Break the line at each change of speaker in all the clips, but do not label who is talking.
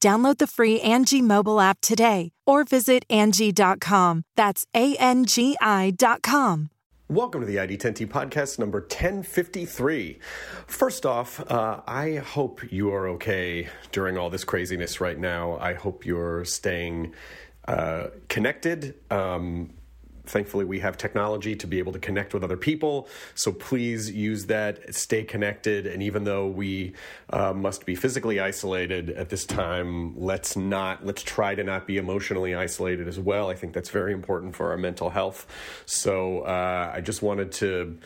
Download the free Angie mobile app today or visit Angie.com. That's A N G I.com.
Welcome to the ID10T podcast number 1053. First off, uh, I hope you are okay during all this craziness right now. I hope you're staying uh, connected. Um, thankfully we have technology to be able to connect with other people so please use that stay connected and even though we uh, must be physically isolated at this time let's not let's try to not be emotionally isolated as well i think that's very important for our mental health so uh, i just wanted to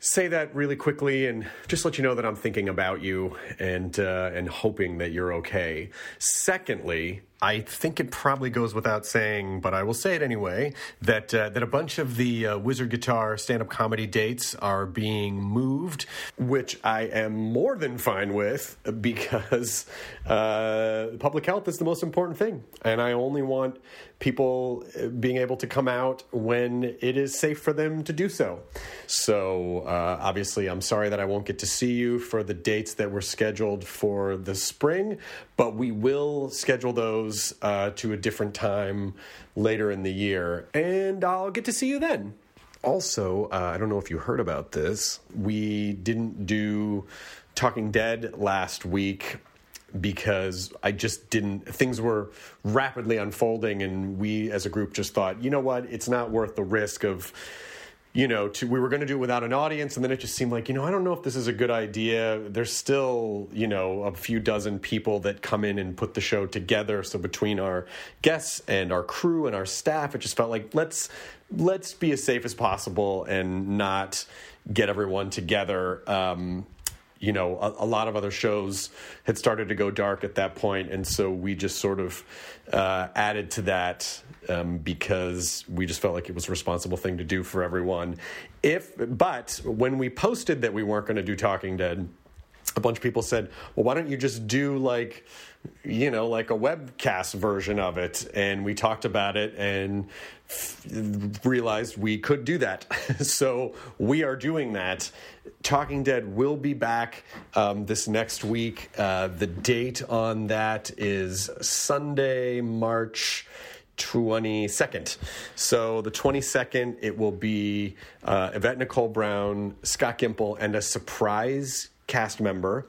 say that really quickly and just let you know that i'm thinking about you and uh, and hoping that you're okay secondly I think it probably goes without saying, but I will say it anyway, that uh, that a bunch of the uh, Wizard Guitar stand-up comedy dates are being moved, which I am more than fine with because uh, public health is the most important thing, and I only want people uh, being able to come out when it is safe for them to do so. So uh, obviously, I'm sorry that I won't get to see you for the dates that were scheduled for the spring, but we will schedule those. Uh, to a different time later in the year, and I'll get to see you then. Also, uh, I don't know if you heard about this. We didn't do Talking Dead last week because I just didn't. Things were rapidly unfolding, and we as a group just thought, you know what, it's not worth the risk of you know, to, we were going to do it without an audience, and then it just seemed like, you know, I don't know if this is a good idea. There's still, you know, a few dozen people that come in and put the show together. So between our guests and our crew and our staff, it just felt like let's let's be as safe as possible and not get everyone together. Um, you know, a, a, lot of other shows had started to go dark at that point, and so we just sort of uh, added to that um, because we just felt like it was a responsible thing to do for everyone. If, but when we posted that we weren't going to do Talking Dead, a bunch of people said, "Well, why don't you just do like, you know, like a webcast version of it?" And we talked about it and f- realized we could do that. so we are doing that. Talking Dead will be back um, this next week. Uh, the date on that is Sunday, March. 22nd. So the 22nd, it will be uh, Yvette Nicole Brown, Scott Gimple, and a surprise cast member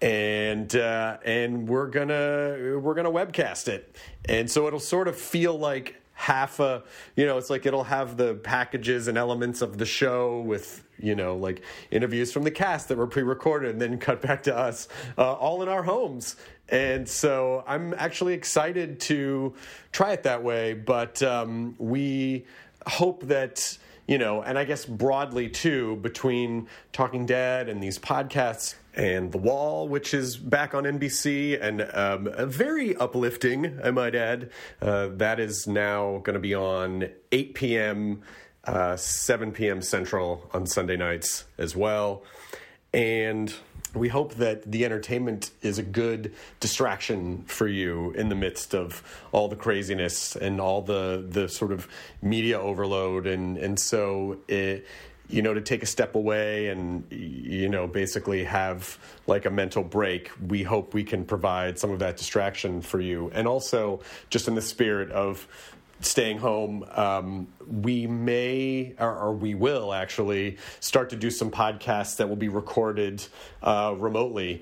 and uh, and we're gonna we're gonna webcast it and so it'll sort of feel like half a you know it's like it'll have the packages and elements of the show with you know like interviews from the cast that were pre-recorded and then cut back to us uh, all in our homes and so i'm actually excited to try it that way but um, we hope that you know, and I guess broadly too, between Talking Dead and these podcasts and The Wall, which is back on NBC, and um, very uplifting, I might add. Uh, that is now going to be on 8 p.m., uh, 7 p.m. Central on Sunday nights as well. And we hope that the entertainment is a good distraction for you in the midst of all the craziness and all the the sort of media overload and and so it you know to take a step away and you know basically have like a mental break we hope we can provide some of that distraction for you and also just in the spirit of staying home, um, we may or, or, we will actually start to do some podcasts that will be recorded uh, remotely.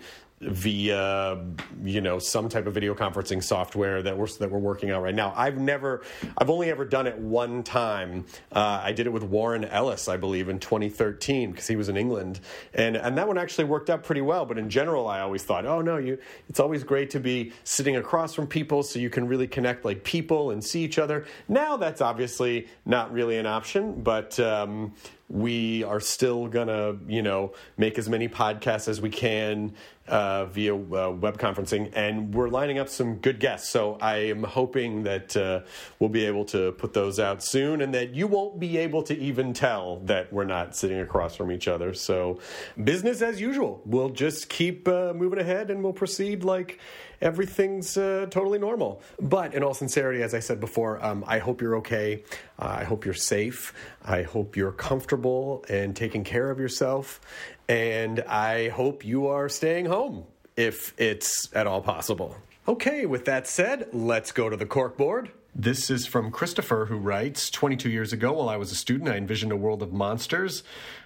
via you know some type of video conferencing software that we're that we're working on right now. I've never, I've only ever done it one time. Uh, I did it with Warren Ellis, I believe, in 2013 because he was in England, and and that one actually worked out pretty well. But in general, I always thought, oh no, you, it's always great to be sitting across from people so you can really connect like people and see each other. Now that's obviously not really an option, but. Um, we are still gonna you know make as many podcasts as we can uh, via uh, web conferencing and we're lining up some good guests so i am hoping that uh, we'll be able to put those out soon and that you won't be able to even tell that we're not sitting across from each other so business as usual we'll just keep uh, moving ahead and we'll proceed like everything's uh, totally normal but in all sincerity as i said before um, i hope you're okay Uh, i hope you're safe i hope you're comfortable and taking care of yourself. And I hope you are staying home if it's at all possible. Okay, with that said, let's go to the corkboard. This is from Christopher, who writes 22 years ago, while I was a student, I envisioned a world of monsters.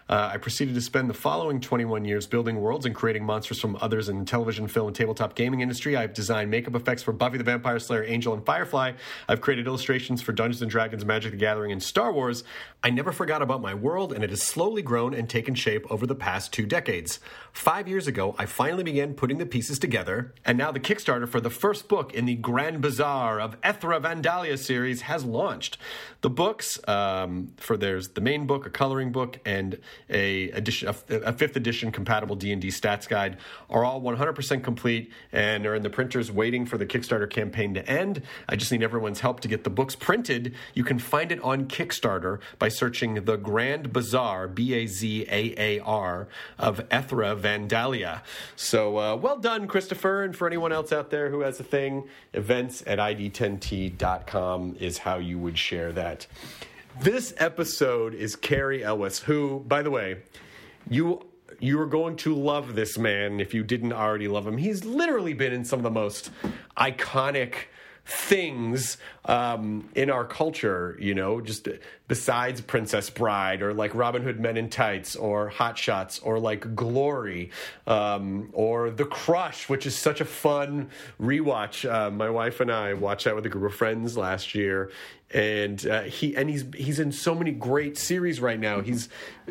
Uh, I proceeded to spend the following 21 years building worlds and creating monsters from others in television, film, and tabletop gaming industry. I've designed makeup effects for Buffy the Vampire Slayer, Angel, and Firefly. I've created illustrations for Dungeons and Dragons, Magic the Gathering, and Star Wars. I never forgot about my world, and it has slowly grown and taken shape over the past two decades. Five years ago, I finally began putting the pieces together, and now the Kickstarter for the first book in the Grand Bazaar of Ethra Vandalia series has launched. The books um, for there's the main book, a coloring book, and a edition, a, a, fifth edition compatible D&D stats guide are all 100% complete and are in the printers waiting for the Kickstarter campaign to end. I just need everyone's help to get the books printed. You can find it on Kickstarter by searching The Grand Bazaar, B A Z A A R of Ethra Vandalia. So, uh, well done Christopher and for anyone else out there who has a thing, events at id10t.com is how you would share that. This episode is Carrie Ellis, who, by the way, you you are going to love this man if you didn't already love him. He's literally been in some of the most iconic things um, in our culture, you know, just besides Princess Bride or like Robin Hood Men in Tights or Hot Shots or like Glory um, or The Crush, which is such a fun rewatch. Uh, my wife and I watched that with a group of friends last year. And uh, he and he's he's in so many great series right now. He's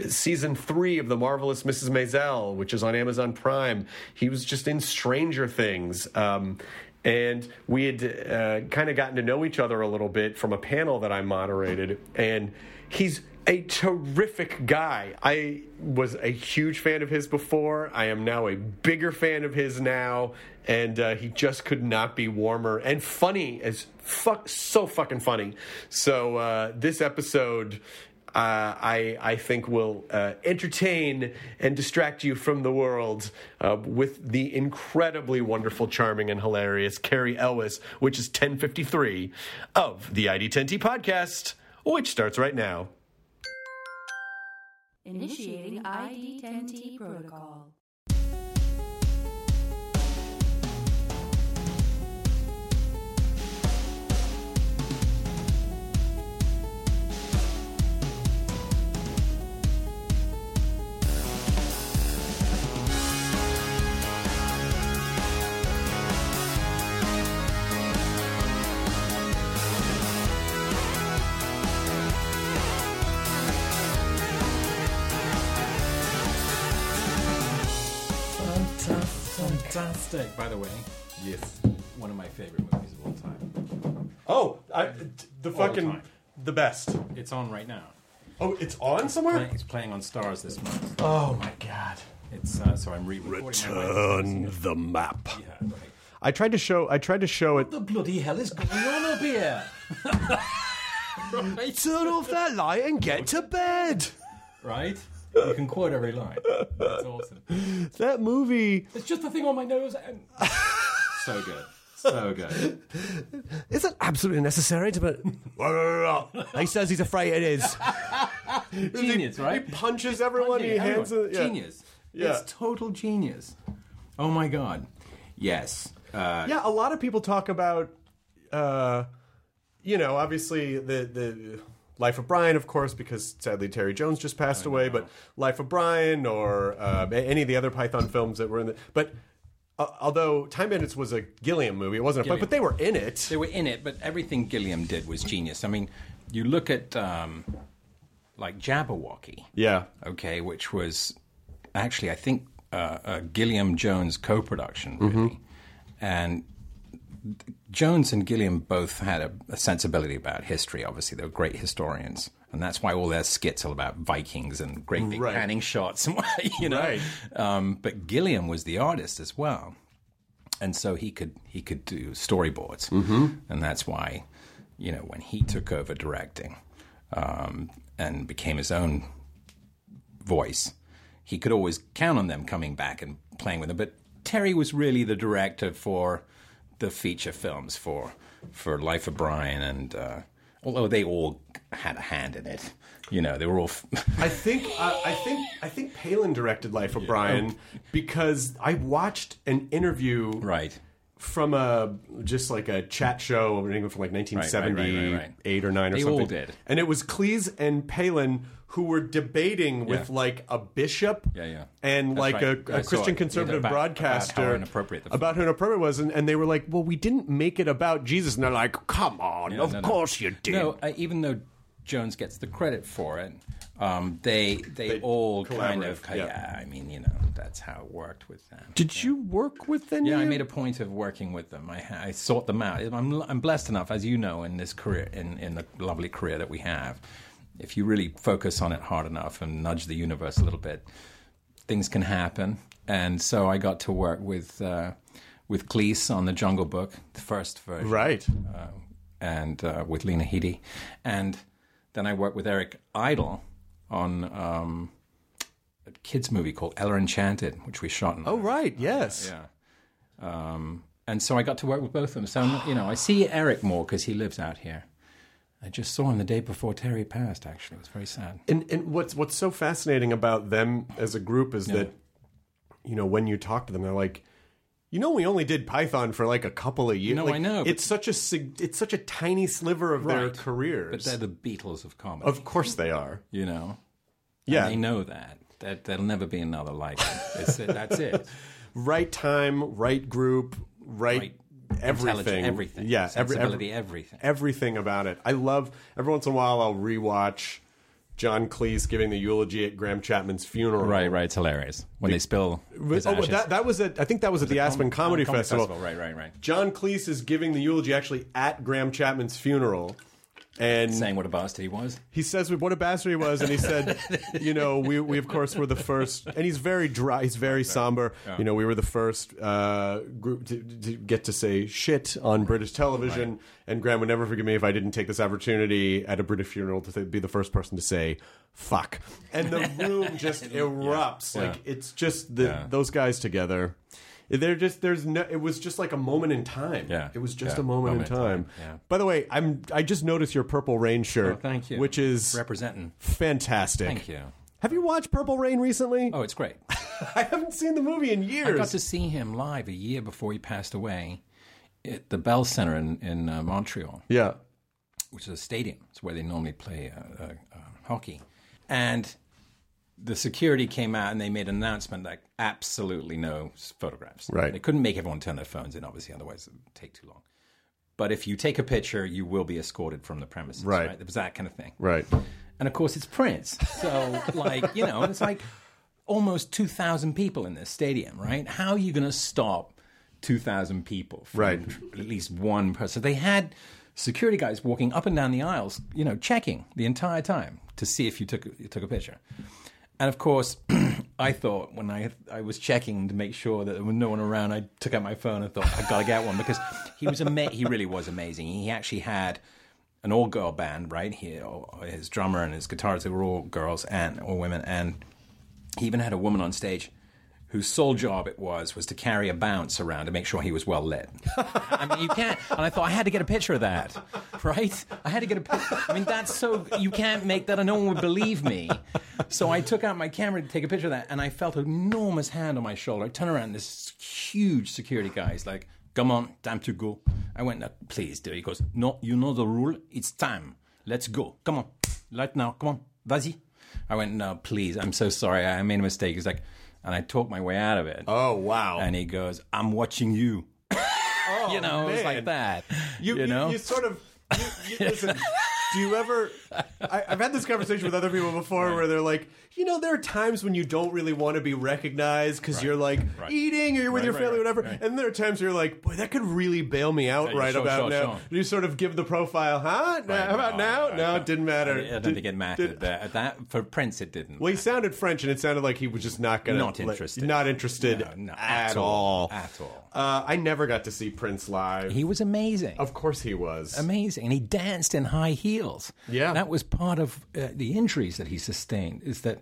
season three of the marvelous Mrs. Maisel, which is on Amazon Prime. He was just in Stranger Things, um, and we had uh, kind of gotten to know each other a little bit from a panel that I moderated, and he's a terrific guy. I was a huge fan of his before. I am now a bigger fan of his now, and uh, he just could not be warmer and funny as fuck, so fucking funny. So uh, this episode uh, I, I think will uh, entertain and distract you from the world uh, with the incredibly wonderful, charming, and hilarious Carrie Ellis, which is 1053 of the ID10T podcast, which starts right now.
Initiating ID10T protocol.
Fantastic. By the way,
Yes.
one of my favorite movies of all time.
Oh, I, the fucking
time.
the best.
It's on right now.
Oh, it's on somewhere.
Play- It's playing on Stars this month.
Oh my god.
It's uh, so I'm re-recording
Turn the map.
my Wednesdays. Yeah, right.
I tried to show. I tried to show it.
The bloody hell is going on up here? right.
Turn off that light and get to bed.
right. You can quote every line. That's awesome.
That movie
It's just the thing on my nose. And... so good. So good.
is that absolutely necessary to. Be- he says he's afraid it is.
Genius, right?
He punches everyone. He
Everyone.
hands. it- yeah.
Genius.
Yeah.
It's total genius. Oh my god. Yes. Uh,
Yeah, a lot of people talk about, uh, you know, obviously the the Life of Brian, of course, because sadly Terry Jones just passed away. But Life of Brian or uh, a- any of the other Python films that were in the but. Uh, although Time Bandits was a Gilliam movie, it wasn't a fight, but they were in it.
They were in it, but everything Gilliam did was genius. I mean, you look at um, like Jabberwocky.
Yeah.
okay, which was actually, I think, uh, a Gilliam Jones co production, really.
Mm-hmm.
And Jones and Gilliam both had a, a sensibility about history, obviously. They were great historians. And that's why all their skits are about Vikings and great big
Right.
panning shots and what, you know.
Right.
Um, but Gilliam was the artist as well. And so he could he could do storyboards. Mm-hmm. And that's why, you know, when he took over directing um, and became his own voice. He could always count on them coming back and playing with him. But Terry was really the director for the feature films for for Life of Brian, and uh, although they all had a hand in it, you know, they were all. F-
I think uh, I think I think Palin directed Life of Brian because I watched an interview
Oh. right.
from a just like a chat show from like 1978
right, right,
or 9 or
They all
something
did.
and it was Cleese and Palin who were debating with
Yeah.
like a bishop
Yeah, yeah.
and
That's
like
right.
a- a,
I saw it.
Christian
Yeah,
conservative
about- about how
broadcaster
inappropriate the-
about how inappropriate it was and, and they were like well we didn't make it about Jesus and they're like come on of
no, no.
course you did
No, uh, even though Jones gets the credit for it, um, they, they
They
all kind of
collaborate, yeah.
yeah. I mean, you know, that's how it worked with them.
did you work with any
Yeah, I
of-
made a point of working with them. I, ha- I sought them out. I'm, I'm blessed enough, as you know, in this career, in, in the lovely career that we have. If you really focus on it hard enough and nudge the universe a little bit, things can happen. And so I got to work with uh, with Cleese on the Jungle Book, the first version,
right
uh, and uh, with Lena Headey, and then I worked with Eric Idle on um, a kids movie called Ella Enchanted, which we shot. In
oh right yes
yeah. Um, and so I got to work with both of them. So, I'm- you know, I see Eric more because he lives out here. I just saw him the day before Terry passed, actually. It was very sad.
And and what's what's so fascinating about them as a group is that you know when you talk to them, they're like, you know, we only did Python for like a couple of years.
No, I
Like,
know, but-
It's such a sig- it's such a tiny sliver of their
Right.
careers.
But they're the Beatles of comedy,
of course they are.
you know?
Yeah,
And they know that. that. There'll never be another like them. It's, that's it.
right time, right group, right, everything,
Intelligent, everything.
Yeah, every-
Sensibility,
every-
everything.
everything about it. I love every once in a while I'll rewatch John Cleese giving the eulogy at Graham Chapman's funeral.
Right, right. It's hilarious. When they spill his
Oh, but
ashes.
that, that was at I think that was at the Aspen Comedy,
Comedy
Festival.
Festival, right, right, right.
John Cleese is giving the eulogy actually at Graham Chapman's funeral, and
Saying what a bastard he was.
he says what a bastard he was, and he said, you know, we, we of course were the first, and he's very dry, he's very somber. You know, we were the first uh, group to, to get to say shit on British television, and Graham would never forgive me if I didn't take this opportunity at a British funeral to th- be the first person to say fuck, and the room just erupts. Like it's just the, those guys together. They're just there's no. It was just like a moment in time.
Yeah.
it was just
Yeah.
a moment, in time.
Yeah.
By the way, I'm I just noticed your purple rain shirt.
Oh, thank you.
Which is
Representing.
fantastic.
Thank you.
Have you watched Purple Rain recently?
Oh, it's great.
I haven't seen the movie in years.
I got to see him live a year before he passed away at the Bell Center in, in uh, Montreal,
yeah.
which is a stadium. It's where they normally play uh, uh, uh, hockey. And the security came out and they made an announcement that absolutely no s- photographs.
Right.
They couldn't make everyone turn their phones in, obviously, otherwise it would take too long. But if you take a picture, you will be escorted from the premises.
Right.
It was that kind of thing.
Right.
And of course, it's Prince. So, like, you know, it's like almost 2,000 people in this stadium, right? How are you going to stop 2,000 people from
Right.
at least one person? They had security guys walking up and down the aisles, you know, checking the entire time to see if you took, you took a picture. And of course, I thought when I I was checking to make sure that there was no one around, I took out my phone and thought I gotta get one because he was ama- he really was amazing. He actually had an all girl band right here. His drummer and his guitarist they were all girls and all women, and he even had a woman on stage whose sole job it was was to carry a bounce around to make sure he was well lit. I mean, you can't. And I thought I had to get a picture of that, right? I had to get a picture. I mean, that's so you can't make that, and no one would believe me. So I took out my camera to take a picture of that, and I felt an enormous hand on my shoulder. I turned around, and this huge security guy is like, "Come on, time to go." I went, "No, "Please, do." it." He goes, "No, you know the rule. It's time. Let's go. Come on, right now. Come on, vas-y." I went, no, please, I'm so sorry. I made a mistake. He's like, and I talked my way out of it.
Oh wow!
And he goes, "I'm watching you." you know, it's
Oh, man.
like that.
you, you-
know,
you sort of you, you, listen. Do you ever? I, I've had this conversation with other people before where they're like, you know, there are times when you don't really want to be recognized because you're like eating or you're with your
right,
family, or
right,
whatever.
right.
And there are times where you're like, boy, that could really bail me out
Yeah,
right
sure,
about
sure,
now.
sure.
You sort of give the profile, huh? Now- how about
no,
now?
I-
no, it didn't matter.
I don't
Did-
think it mattered.
did-
But at that for Prince, it didn't.
Well, he sounded French, and it sounded like he was just not going to
Not interested.
Not interested
No, no,
at,
at
all.
all, at all.
Uh, I never got to see Prince live.
he was amazing.
of course, he was.
amazing. And he danced in high heels.
Yeah.
that was part of uh, the injuries that he sustained. Is that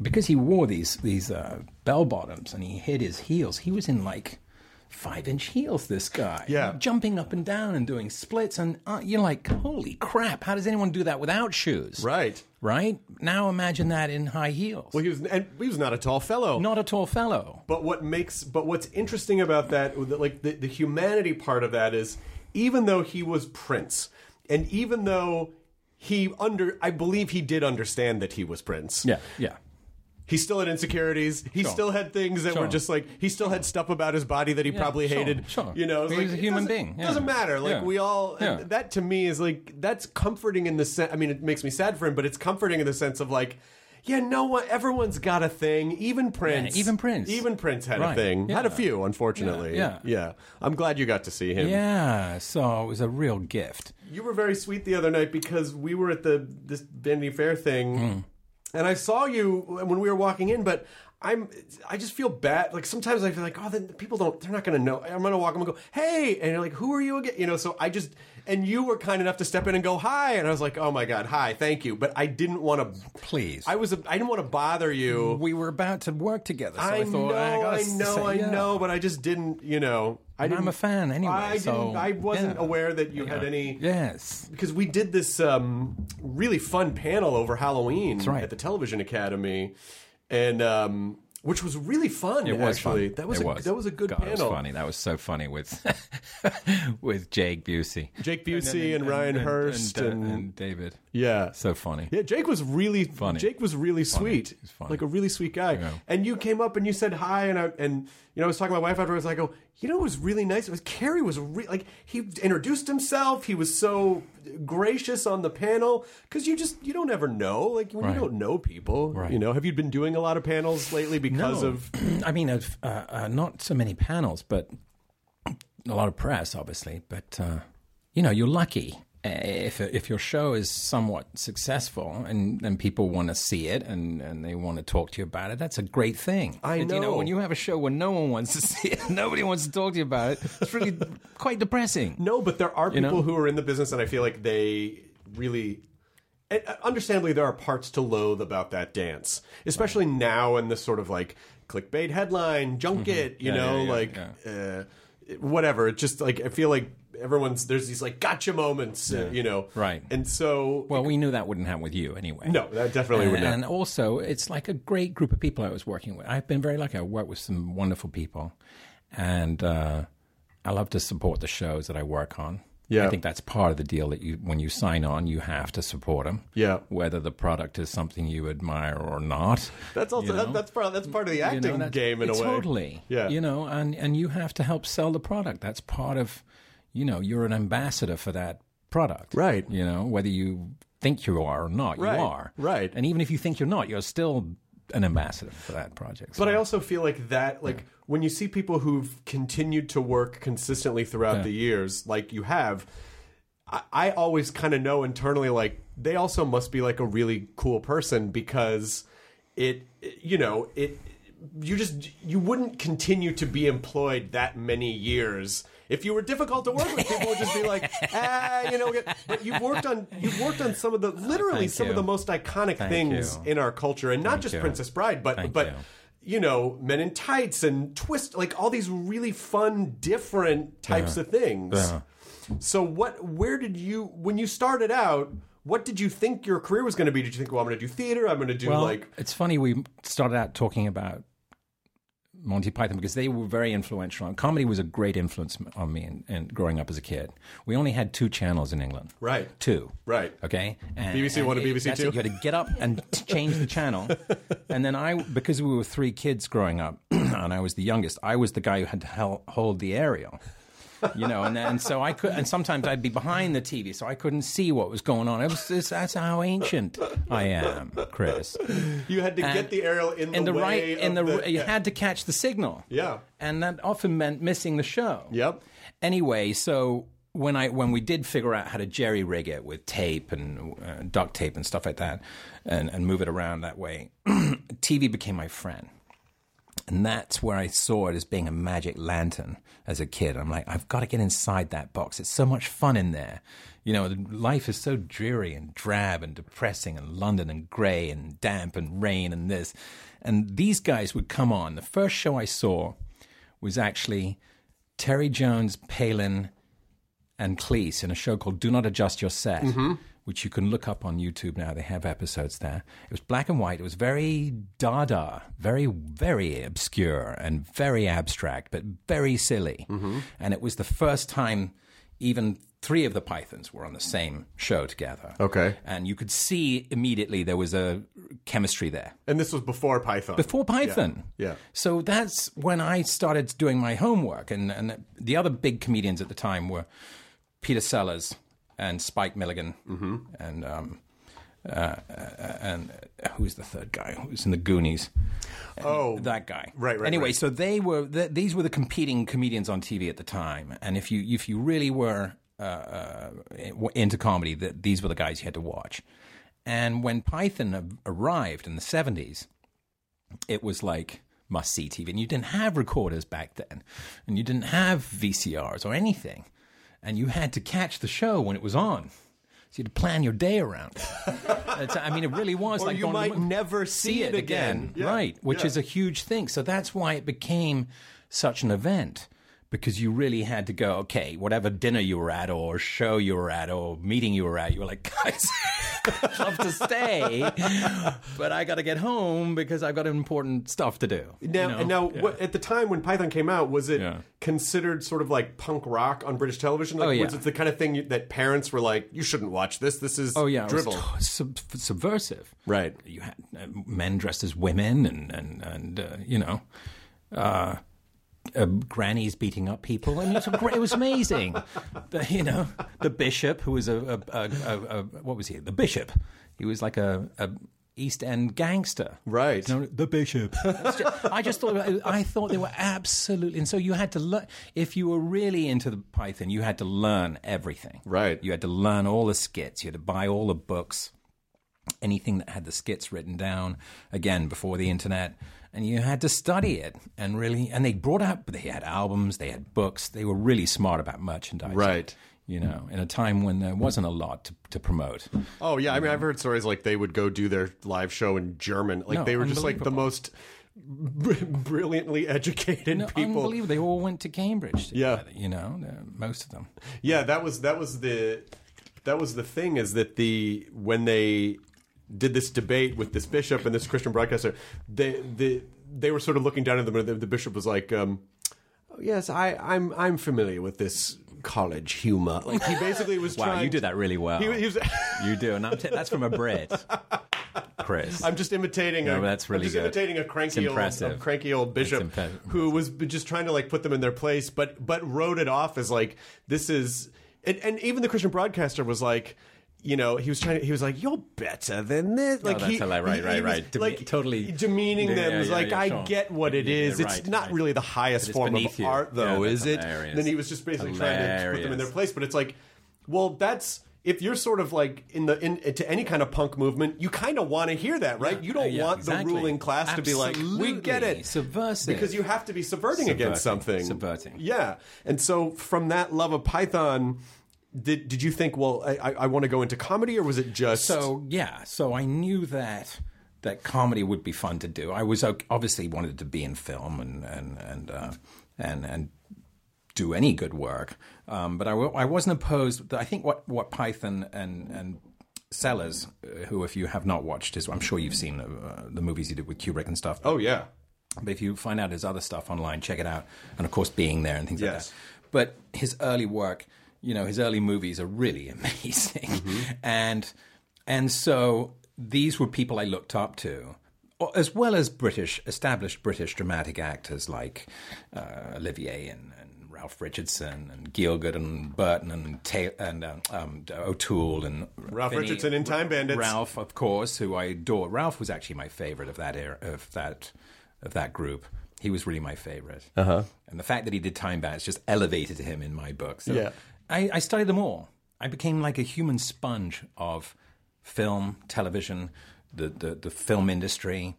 because he wore these these uh, bell bottoms and he hid his heels? He was in like five inch heels. This guy,
Yeah.
jumping up and down and doing splits. And uh, you're like, holy crap! How does anyone do that without shoes?
right.
Right now, imagine that in high heels.
Well, he was, and he was not a tall fellow.
Not a tall fellow.
But what makes, but what's interesting about that, like the, the humanity part of that is, even though he was Prince, and even though he under, I believe he did understand that he was Prince.
Yeah, yeah.
He still had insecurities. He still had things that
Sure.
were just like he still had stuff about his body that he probably
sure,
hated.
sure.
You know, it's
He was
like,
a
it
human
doesn't-
being, yeah.
Doesn't matter. Like
Yeah.
we all.
Yeah.
That to me is like that's comforting in the sense. I mean, it makes me sad for him, but it's comforting in the sense of like. Yeah, no one. Everyone's got a thing. Even Prince.
even Prince.
Even Prince had a
Right.
thing. Had a
Yeah.
few, unfortunately.
Yeah,
yeah. I'm glad you got to see him.
Yeah, so it was a real gift.
You were very sweet the other night because we were at the this Vanity Fair thing,
Hmm.
and I saw you when we were walking in. But I'm I just feel bad. Like sometimes I feel like oh, then people don't they're not going to know. I'm going to walk up and go hey, and you're like who are you again? You know. So I just and you were kind enough to step in and go hi, and I was like oh my god hi thank you. But I didn't want to.
Please.
I was I didn't want to bother you.
we were about to work together, so I,
I
thought,
know,
gotta
I
s-
know,
say-
I
yeah.
know, but I just didn't, you know. I
And I'm
didn't-
a fan anyway,
I
so,
didn't. I wasn't
yeah.
aware that you had any
Yes.
because we did this um, really fun panel over Halloween
right.
at the Television Academy, and um, which was really fun.
It was
actually
fun.
that was
It
a, that was a good
God,
panel.
That was funny. That was so funny with with Jake Busey,
Jake Busey and, Ryan Hurst and,
and, David.
yeah,
So funny.
Yeah, Jake was really
Funny.
Jake was really sweet,
He's funny.
like a really sweet guy. And you came up and you said hi, and I and you know I was talking to my wife afterwards. I go, you know, it was really nice. It was Carrie was re- like he introduced himself. He was so gracious on the panel because you just you don't ever know like when you don't know people. You know, have you been doing a lot of panels lately because of
I mean, I've, uh, uh, not so many panels, but a lot of press, obviously. But uh, you know, you're lucky uh, if if your show is somewhat successful and, and people want to see it and, and they want to talk to you about it. That's a great thing.
I
You
know.
know, when you have a show where no one wants to see it, nobody wants to talk to you about it. It's really quite depressing.
No, but there are people
know?
who are in the business, and I feel like they really. and, uh, Understandably, there are parts to loathe about that dance, especially now in the sort of like clickbait headline, junket, you
Mm-hmm. Yeah,
know,
yeah, yeah,
like Uh, whatever. It's just like I feel like everyone's there's these like gotcha moments, uh, you know,
Right.
And so,
Well, we knew that wouldn't happen with you anyway.
no, that definitely would
and,
not.
and also, it's like a great group of people I was working with. I've been very lucky. I worked with some wonderful people, and uh, I love to support the shows that I work on.
Yeah.
I think that's part of the deal that you, when you sign on, you have to support them.
Yeah.
Whether the product is something you admire or not.
That's also that, that's part that's part of the
you
acting
know, that's-
game in a
it's
way.
Totally.
Yeah.
You know, and, and you have to help sell the product. That's part of, you know, you're an ambassador for that product.
Right.
You know, whether you think you are or not,
Right,
you are.
right.
And even if you think you're not, you're still an ambassador for that project.
But I also feel like that, like when you see people who've continued to work consistently throughout the years, like you have, I, I always kind of know internally, like they also must be like a really cool person because it, you know, it, you just you wouldn't continue to be employed that many years if you were difficult to work with. People would just be like, ah, you know. get-" But you've worked on you've worked on some of the literally
Thank
some of
you.
the most iconic things
you.
in our culture, and not just
you.
Princess Bride, but
Thank
but
you.
you know, Men in Tights and Twist, like all these really fun, different types of things. So, what, where did you, when you started out, what did you think your career was going to be? Did you think, well, I'm going to do theater? I'm going to do
Well,
like,
it's funny we started out talking about Monty Python because they were very influential. on Comedy was a great influence m- on me and, and growing up as a kid. We only had two channels in England.
Right.
Two.
Right.
Okay. And,
BBC One and
it-
BBC
that's
Two.
it. You had to get up and t- change the channel. And then I, because we were three kids growing up, and I was the youngest, I was the guy who had to hel- hold the aerial. You know, and, and so I could, and sometimes I'd be behind the TV, so I couldn't see what was going on. It was, it's, that's how ancient I am, Chris
You had to get
and-
the aerial in,
in the,
way
right in the,
of
you had to catch the signal
Yeah.
and that often meant missing the show
Yep.
anyway so when i when we did figure out how to jerry rig it with tape and uh, duct tape and stuff like that and and move it around that way tv became my friend and that's where I saw it as being a magic lantern as a kid. I'm like, I've got to get inside that box. It's so much fun in there. You know, life is so dreary and drab and depressing and London and grey and damp and rain and this. And these guys would come on. The first show I saw was actually Terry Jones, Palin, and Cleese in a show called Do Not Adjust Your Set,
Mm-hmm.
which you can look up on YouTube now. They have episodes there. It was black and white. It was very dada, very, very obscure and very abstract, but very silly.
Mm-hmm.
And it was the first time even three of the Pythons were on the same show together.
Okay.
And you could see immediately there was a chemistry there.
And this was before Python.
Before Python.
Yeah.
So that's when I started doing my homework. And, and the other big comedians at the time were Peter Sellers and Spike Milligan. And, um, uh, uh, and who was the third guy? Who was in the Goonies?
Oh,
that guy.
Right, right,
Anyway,
right.
so they were th- these were the competing comedians on TV at the time, and if you if you really were uh, uh, into comedy, that these were the guys you had to watch. And when Python a- arrived in the seventies, it was like must see TV, and you didn't have recorders back then, and you didn't have VCRs or anything, and you had to catch the show when it was on. So you had to plan your day around. it. It's- I mean, it really was
Or
like
you
going to
might
work
never see it again. Yeah,
right? Which
yeah.
is a huge thing. So that's why it became such an event because you really had to go. Okay, whatever dinner you were at, or show you were at, or meeting you were at, you were like, guys, I'd love to stay, but I got to get home because I've got important stuff to do.
Now, and now, what, at the time when Python came out, was it
Yeah.
considered sort of like punk rock on British television? Like,
Oh, yeah.
Was it the kind of thing you, that parents were like, "You shouldn't watch this. This is
Oh yeah, it was
drivel."
t- sub- subversive.
Right.
You had uh, men dressed as women, and and and uh, you know, uh, uh, grannies beating up people, and it was, great, it was amazing. The, you know, the bishop who was a, a, a, a, a what was he? The bishop. He was like a. a East End gangster,
Right.
No, the bishop. It's ju- I just thought I thought they were absolutely, and so you had to learn. If you were really into the Python, you had to learn everything.
Right.
You had to learn all the skits. You had to buy all the books, anything that had the skits written down, again, before the internet. And you had to study it and really, and they brought out, they had albums, they had books. They were really smart about merchandise.
Right.
You know, in a time when there wasn't a lot to, to promote.
Oh yeah, I mean, I've heard stories like they would go do their live show in German. Like
No,
they were just like the
unbelievable.
most br- brilliantly educated
No,
people.
unbelievable. They all went to Cambridge.
Yeah.
together, You know, uh, most of them.
Yeah, that was that was the that was the thing is that the when they did this debate with this bishop and this Christian broadcaster, they the they were sort of looking down at them, and the, the bishop was like, um, "Yes, I, I'm I'm familiar with this college humor." Like he basically was
Wow,
trying
you
to-
did that really well.
He, was- he was,
you do, and I'm t- that's from a Brit, Chris.
I'm just imitating.
No,
a,
but that's really
I'm just
good.
imitating a
It's
cranky old, a
impressive.
cranky old bishop
impe-
who was b- just trying to like put them in their place, but but wrote it off as like this is, and, and even the Christian broadcaster was like. You know, he was trying to. He was like, "You're better than this." Like,
that's
he,
a lie, right,
he-
right,
he was,
right. Deme-
like
totally-
demeaning
Yeah,
them.
yeah,
It was
yeah,
like,
yeah,
"I
sure.
get what it
Yeah, yeah,
is. It's
right,
not
right.
really the highest
But it's
form of
beneath you.
art,
Yeah,
though,
that's
is it?"
hilarious.
Then he was just basically trying to put them in their
Hilarious.
place, but it's like, well, that's if you're sort of like in the in into any kind of punk movement, you kind of want to hear that, right? you don't
Uh, yeah,
want
exactly.
the ruling class to be like, we get
Absolutely.
it,
Subversive.
because you have to be subverting, against something,
Subverting. Subverting.
yeah. And so, from that love of Python, did did you think, well, I, I, I want to go into comedy, or was it just
so yeah, so I knew that that comedy would be fun to do. I was o- obviously wanted to be in film and and and uh, and and do any good work, um, but I, w- I wasn't opposed. I think what what Python and and Sellers, uh, who if you have not watched, is I'm sure you've seen uh, the movies he did with Kubrick and stuff.
Oh yeah,
But if you find out his other stuff online, check it out. And of course, being there and things
Yes.
like that. But his early work, you know, his early movies are really amazing. And and so these were people I looked up to, or- as well as British established British dramatic actors like uh, Olivier and. and Ralph Richardson and Gielgud and Burton and Ta- and um, um, O'Toole and
Ralph Richardson in Time Bandits.
Ralph, of course, who I adore. Ralph was actually my favorite of that era, of that of that group. He was really my favorite. Uh-huh. And the fact that he did Time Bats just elevated him in my book. So
Yeah.
I, I studied them all. I became like a human sponge of film, television, the, the, the film industry,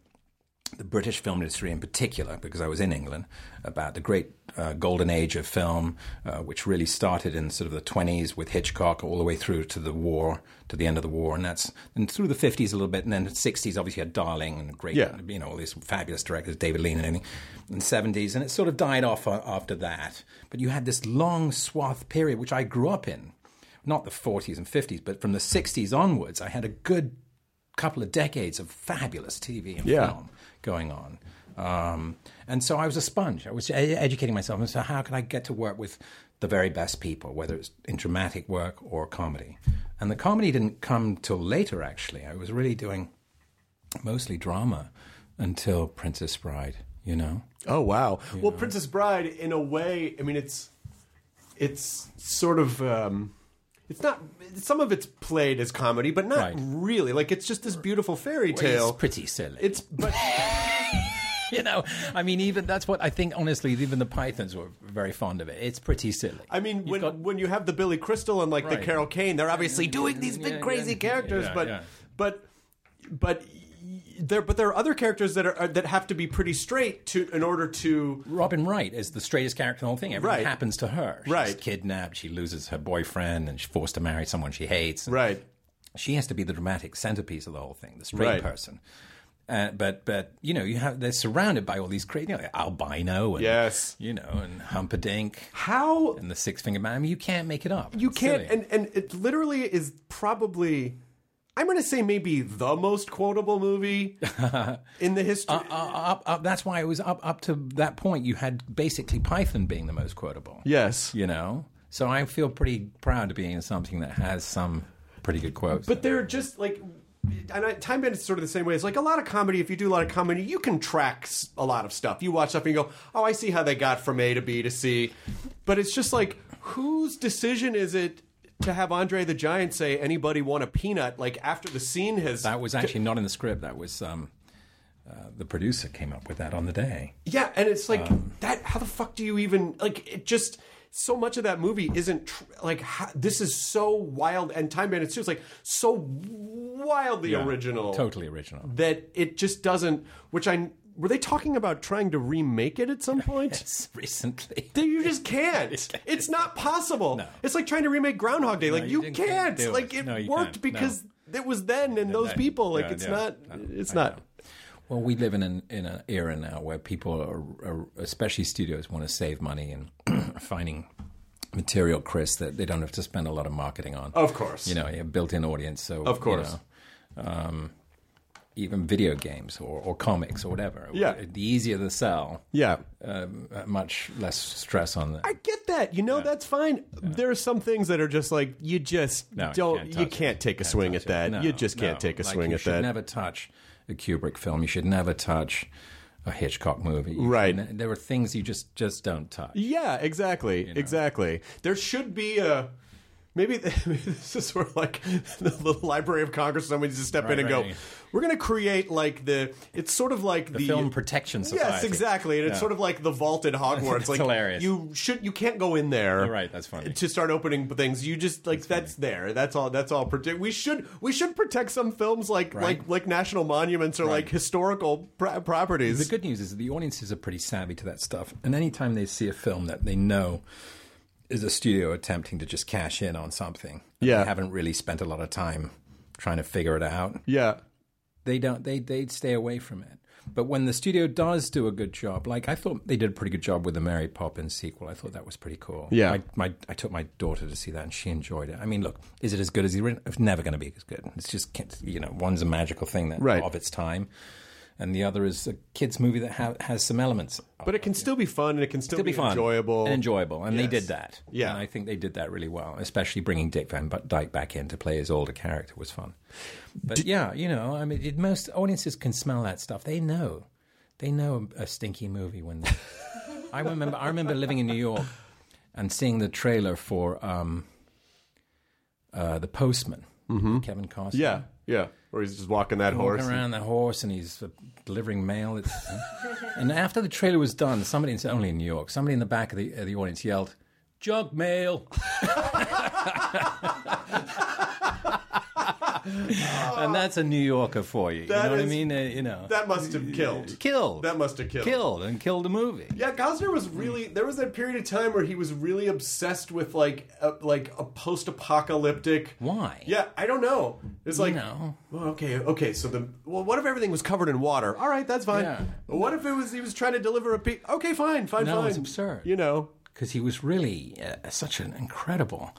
the British film industry in particular, because I was in England, about the great uh, golden age of film, uh, which really started in sort of the 20s with Hitchcock all the way through to the war, to the end of the war. And that's and through the 50s a little bit. And then the 60s, obviously, you had Darling and great,
Yeah.
you know, all these fabulous directors, David Lean and everything, and 70s. And it sort of died off a- after that. But you had this long swath period, which I grew up in. Not the 40s and 50s, but from the 60s onwards, I had a good couple of decades of fabulous TV and
Yeah.
film going on. Um, and so I was a sponge. I was e- educating myself. And so, how can I get to work with the very best people, whether it's in dramatic work or comedy? And the comedy didn't come till later, actually. I was really doing mostly drama until Princess Bride, you know?
Oh wow! Well, Princess Bride, in a way, I mean, it's it's sort of um, it's not some of it's played as comedy, but not
Right.
really. Like it's just this beautiful fairy tale.
It's pretty silly.
It's- but
you know, I mean, even that's what I think, honestly, even the Pythons were very fond of it. It's pretty silly.
I mean,
You've
when
got-
when you have the Billy Crystal and like
Right.
the Carol Kane, they're obviously doing these big
yeah,
crazy
yeah.
characters,
Yeah,
but
yeah.
but but. y- There, but there are other characters that are, are that have to be pretty straight to in order to
Robin Wright is the straightest character in the whole thing. Everything
Right.
happens to her. She's
Right.
kidnapped. She loses her boyfriend, and she's forced to marry someone she hates.
right.
She has to be the dramatic centerpiece of the whole thing, the straight
Right.
person. Uh, but but you know you have they're surrounded by all these crazy you know, albino and
Yes.
you know and Humperdinck
How
and the Six Finger Man. I mean, you can't make it up.
You
It's
can't,
silly.
and and it literally is probably. I'm going to say maybe the most quotable movie in the history.
Uh, up, up, that's why it was up up to that point. You had basically Python being the most quotable.
yes,
you know. So I feel pretty proud to be in something that has some pretty good quotes.
but they're just like, and I, Time Bandits is sort of the same way. It's like a lot of comedy. If you do a lot of comedy, you can track s- a lot of stuff. You watch stuff and you go, "Oh, I see how they got from A to B to C," but it's just like, whose decision is it? To have Andre the Giant say anybody want a peanut like after the scene has
That was actually not in the script. That was um, uh, the producer came up with that on the day.
Yeah, and it's like
Um,
that. How the fuck do you even like? It just so much of that movie isn't tr- like how, this is so wild, and Time Bandits too is like so wildly original,
Totally original.
that it just doesn't. Which I were they talking about trying to remake it at some point?
Yes, recently.
That you just can't. It's not possible. It's like trying to remake Groundhog Day. Like
you
you,
didn't- can't
can't.
do
Like
it.
it
No, you
worked
can't.
because it was then and those
no.
people. Like
Yeah,
it's
yeah.
not.
No,
It's
I
not.
know. Well, we live in an in an era now where people are, are especially studios, want to save money and are finding material, Chris, that they don't have to spend a lot of marketing on.
Of course.
you know, a built-in audience. So
Of course.
you know, um, even video games or, or comics or whatever.
Yeah.
the easier the sell,
Yeah.
um, uh, much less stress on that.
I get that. You know, that's fine. There are some things that are just like you just
No,
don't.
can't
You
touch it.
can't take a swing at
touch it.
that.
No,
you just
no.
can't take a
Like,
swing
you
at
should
that.
never touch a Kubrick film. You should never touch a Hitchcock movie. You
Right.
should ne- there are things you just just don't touch.
yeah, exactly, exactly. There should be a. Maybe maybe this is where, like, the little Library of Congress, someone needs to step in
Right,
and
right.
go, we're going to create, like, the. It's sort of like the.
Film Protection Society.
Yes, exactly, and it's sort of like the vaulted Hogwarts.
That's
like
hilarious.
you should, you can't go in there.
Oh, right, that's funny.
To start opening things, you just like that's, there. That's all. That's all. Protect. We should, we should protect some films like
Right.
like like national monuments or like historical pro- properties.
The good news is that the audiences are pretty savvy to that stuff, and anytime they see a film that they know is a studio attempting to just cash in on something, and
Yeah.
they haven't really spent a lot of time trying to figure it out.
yeah,
They don't. They they stay away from it. But when the studio does do a good job, like I thought they did a pretty good job with the Mary Poppins sequel. I thought that was pretty cool.
Yeah.
my, my I took my daughter to see that, and she enjoyed it. I mean, look, is it as good as the original? It's never going to be as good. It's just you know, one's a magical thing that
Right.
of its time and the other is a kids movie that ha- has some elements.
But it can still be fun and it can still,
It'll be fun,
enjoyable.
and enjoyable, and they
Yes.
did that.
Yeah.
and I think they did that really well, especially bringing Dick Van Bu- Dyke back in to play his older character was fun. But yeah, you know, I mean, it, most audiences can smell that stuff. They know, they know a, a stinky movie when. They, I remember, I remember living in New York and seeing the trailer for um, uh, the Postman, Kevin Costner.
Yeah, yeah. Or he's just walking that
Walking
horse.
around the horse and he's uh, delivering mail. It's, and after the trailer was done, somebody in, only in New York, somebody in the back of the, of the audience yelled, "Junk mail!" and that's a New Yorker for you.
That
you know what I
is-
mean? Uh, you know,
That must have killed.
killed.
That must have killed.
Killed and killed the movie.
Yeah, Gosner was really. There was that period of time where he was really obsessed with like a, like a post-apocalyptic.
Why?
Yeah, I don't know. It's like,
know.
well, okay, okay. So the well, what if everything was covered in water? All right, that's fine.
Yeah.
What if it was he was trying to deliver a pe- Okay, fine, fine,
No,
fine.
it's absurd.
You know,
because he was really uh, such an incredible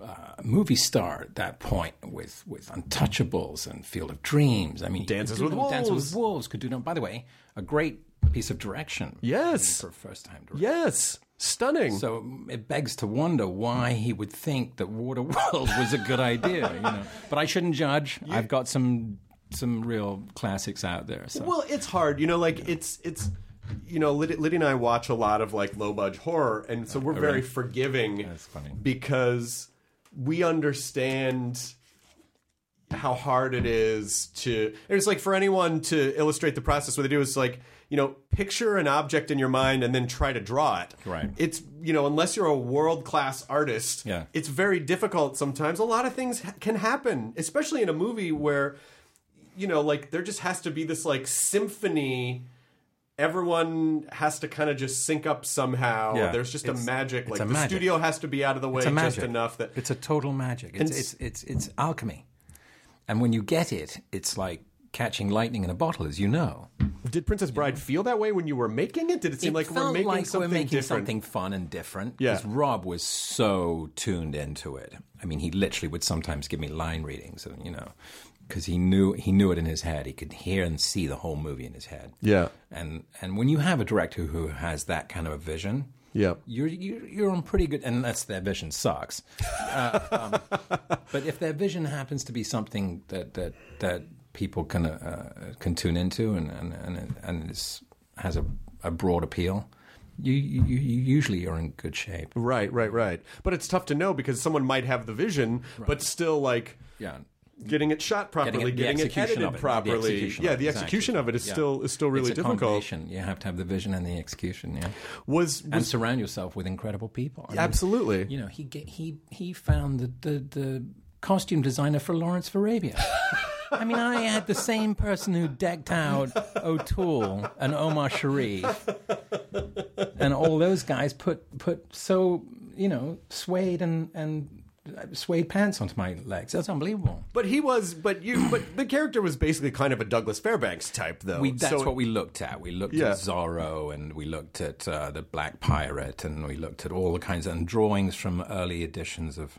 uh, movie star at that point with, with Untouchables and Field of Dreams. I mean,
Dances
could do
with
no- Dances
Wolves.
with Wolves could do no. By the way, a great piece of direction.
Yes.
for a first time director.
yes, stunning.
So mm, it begs to wonder why he would think that Waterworld was a good idea. You know, but I shouldn't judge. I've got some some real classics out there. So
Well, it's hard, you know. Like it's it's, you know, Liddy, Liddy and I watch a lot of like low budget horror, and so
Oh,
we're very forgiving
funny.
because we understand how hard it is to. It's like for anyone to illustrate the process. What they do is like you know picture an object in your mind and then try to draw it.
Right.
It's you know unless you're a world class artist,
Yeah.
it's very difficult sometimes. A lot of things ha- can happen, especially in a movie where you know, like there just has to be this like symphony. Everyone has to kind of just sync up somehow.
Yeah.
There's just
It's-
a magic.
it's
Like
a
the
magic.
studio has to be out of the way
it's a
just
magic.
enough that
it's a total magic. It's,
s-
it's it's it's alchemy, and when you get it, it's like catching lightning in a bottle, as you know.
Did Princess Bride feel that way when you were making it? Did it seem
It
like
felt
we're making
like
something
we're making
different?
something fun and different.
Yeah.
Because Rob was so tuned into it. I mean, he literally would sometimes give me line readings, and you know, because he knew he knew it in his head. He could hear and see the whole movie in his head.
Yeah.
And and when you have a director who has that kind of a vision,
Yeah.
you're you're, you're on pretty good unless their vision sucks. Uh, um, but if their vision happens to be something that that that people can uh, can tune into and and and, and is, has a, a broad appeal, you, you you usually are in good shape.
Right, right, right. But it's tough to know because someone might have the vision, but still like
Yeah.
getting it shot properly,
the
getting, it
execution
edited
of it, the
properly.
execution
yeah,
of it,
the
exactly.
execution of it is
Yeah.
still is still really
it's a
difficult.
combination. You have to have the vision and the execution, yeah,
Was,
and
was
surround yourself with incredible people. I mean,
absolutely.
you know, he ge- he he found the the, the costume designer for Lawrence of Arabia. I mean, I had the same person who decked out O'Toole and Omar Sharif and all those guys put put so you know suede and and suede pants onto my legs. That's unbelievable.
But he was, but you, but the character was basically kind of a Douglas Fairbanks type, though.
We, that's
Oh, So-
what we looked at. We looked
Yeah.
at Zorro, and we looked at uh, the Black Pirate, and we looked at all the kinds and drawings from early editions of,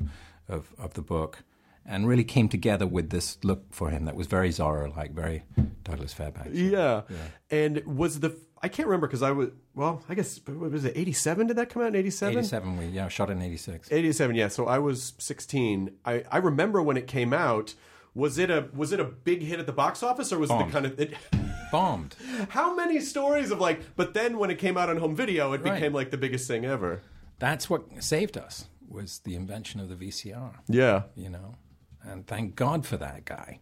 of of the book, and really came together with this look for him that was very Zorro like, very Douglas Fairbanks.
Yeah. and was the I can't remember because I was well, I guess what was it? Eighty seven? Did that come out in eighty seven?
Eighty-seven, we yeah, shot in eighty-six.
Eighty-seven. Yeah. So I was sixteen. I I remember when it came out. Was it a was it a big hit at the box office or was it the
Bombed.
kind of it,
Bombed.
how many stories of like? But then when it came out on home video, it
Right.
became like the biggest thing ever.
That's what saved us was the invention of the VCR.
Yeah.
you know, and thank God for that guy,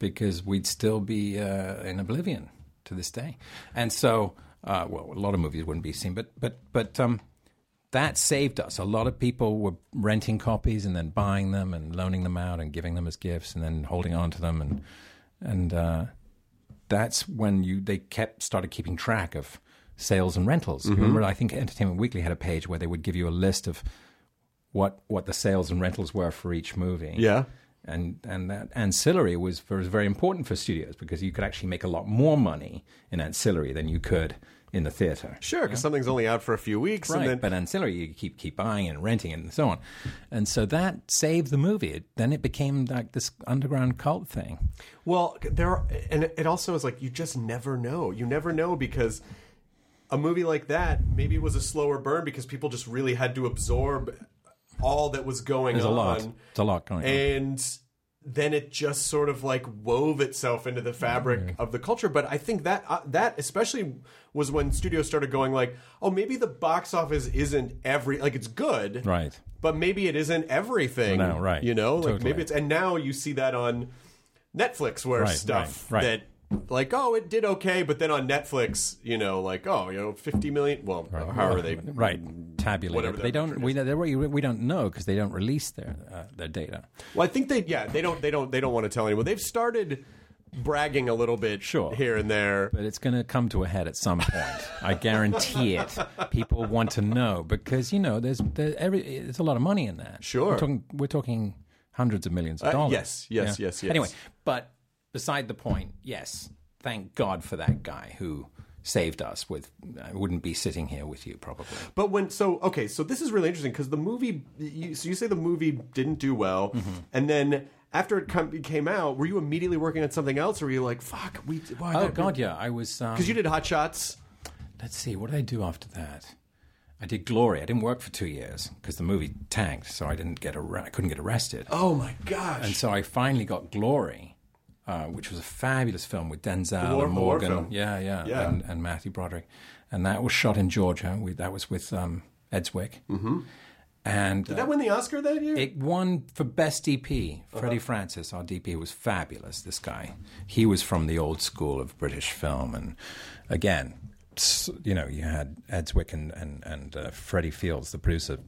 because we'd still be uh, in oblivion to this day. And so, uh, well, a lot of movies wouldn't be seen, but but but um, that saved us. A lot of people were renting copies and then buying them and loaning them out and giving them as gifts and then holding on to them and and uh, that's when you they kept started keeping track of sales and rentals. Remember, I think Entertainment Weekly had a page where they would give you a list of what what the sales and rentals were for each movie.
Yeah.
and and that ancillary was ver- was very important for studios because you could actually make a lot more money in ancillary than you could in the theater.
Sure, because something's only out for a few weeks,
Right,
and then
but ancillary you keep keep buying and renting and so on, and so that saved the movie. It, then it became like this underground cult thing.
Well, there are, and it also is like you just never know. You never know because a movie like that maybe it was a slower burn because people just really had to absorb all that was going
There's a
on.
lot. There's a lot going on.
And then it just sort of like wove itself into the fabric of the culture. But I think that uh, that especially was when studios started going like, oh, maybe the box office isn't every like it's good,
Right.
But maybe it isn't everything.
No, right.
You know, like
Totally.
maybe it's and now you see that on Netflix where
Right,
stuff
right, right.
that like oh it did okay, but then on Netflix you know like oh you know fifty million well how however they
right tabulate
Whatever
it.
their
They don't.
metric
We, they, we we don't know because they don't release their uh, their data.
Well, I think they yeah they don't they don't they don't want to tell anyone. They've started bragging a little bit
Sure.
here and there.
But it's going to come to a head at some point. I guarantee it. People want to know because you know there's there, every there's a lot of money in that.
Sure.
we're talking, we're talking hundreds of millions of
Uh,
dollars.
yes, yes, yes, yes.
Anyway, but beside the point, yes, thank God for that guy who saved us. With I wouldn't be sitting here with you probably.
But when so okay, so this is really interesting because the movie. You, so you say the movie didn't do well,
Mm-hmm.
and then after it come, came out, were you immediately working on something else, or were you like, "Fuck, we"?
Oh God, yeah, I was um,
Because you did Hot Shots.
let's see, what did I do after that? I did Glory. I didn't work for two years because the movie tanked, so I didn't get ar- I couldn't get arrested.
Oh my gosh!
And so I finally got Glory, uh, which was a fabulous film with Denzel
war-
and
the war
Morgan,
film.
yeah, yeah,
Yeah.
And, and Matthew Broderick, and that was shot in Georgia. We, that was with um, Edswick, mm-hmm. and
did that win the Oscar that year?
it won for best DP. Freddie Francis, our DP, was fabulous. This guy, he was from the old school of British film, and again, s- you know, you had Edswick and and and uh, Freddie Fields, the producer.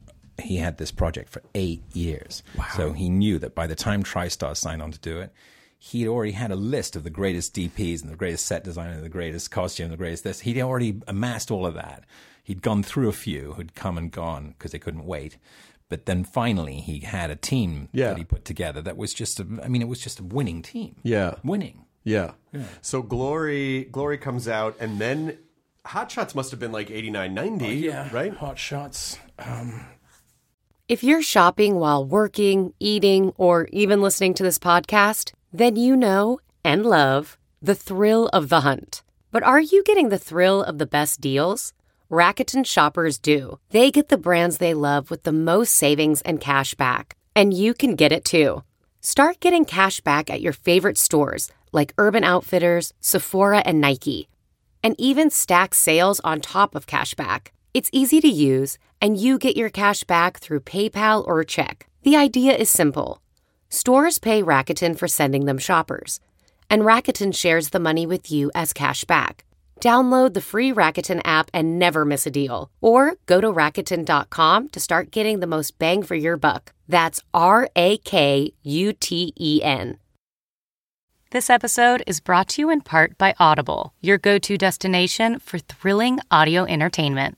He had this project for eight years, so he knew that by the time TriStar signed on to do it. He'd already had a list of the greatest DPs and the greatest set designer and the greatest costume, the greatest this. He'd already amassed all of that. He'd gone through a few who'd come and gone because they couldn't wait. But then finally, he had a team
Yeah.
that he put together that was just a, I mean, it was just a winning team.
Yeah.
Winning.
yeah. So Glory, Glory comes out, and then Hot Shots must have been like 89, 90, right?
Oh, Hot shots. Um,
If you're shopping while working, eating, or even listening to this podcast, then you know and love the thrill of the hunt. But are you getting the thrill of the best deals? Rakuten shoppers do. They get the brands they love with the most savings and cash back. And you can get it too. Start getting cash back at your favorite stores like Urban Outfitters, Sephora, and Nike and even stack sales on top of cashback. It's easy to use, and you get your cash back through PayPal or check. The idea is simple stores pay Rakuten for sending them shoppers, and Rakuten shares the money with you as cash back. Download the free Rakuten app and never miss a deal. Or go to Rakuten.com to start getting the most bang for your buck. That's R A K U T E N. This episode is brought to you in part by Audible, your go to destination for thrilling audio entertainment.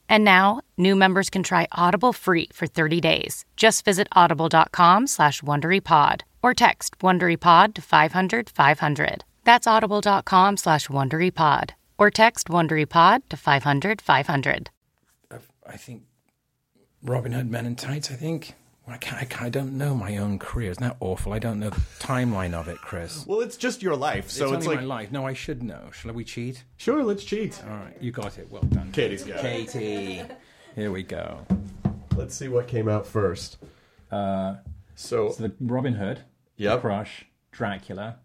And now, new members can try Audible free for 30 days. Just visit audible.com slash WonderyPod or text WonderyPod to 500 500. That's audible.com slash WonderyPod or text WonderyPod to 500 500.
I think Robin Hood Men in Tights, I think. Well, I, can't, I, can't, I don't know my own career. Isn't that awful? I don't know the timeline of it, Chris.
Well, it's just your life, so
it's,
it's,
only
like
my life. No, I should know. Shall we cheat?
sure, let's cheat.
All right, you got it. Well done.
Katie's got it.
Katie. Here we go.
Let's see what came out first.
Uh,
So
so the Robin Hood,
Yep.
The Crush, Dracula,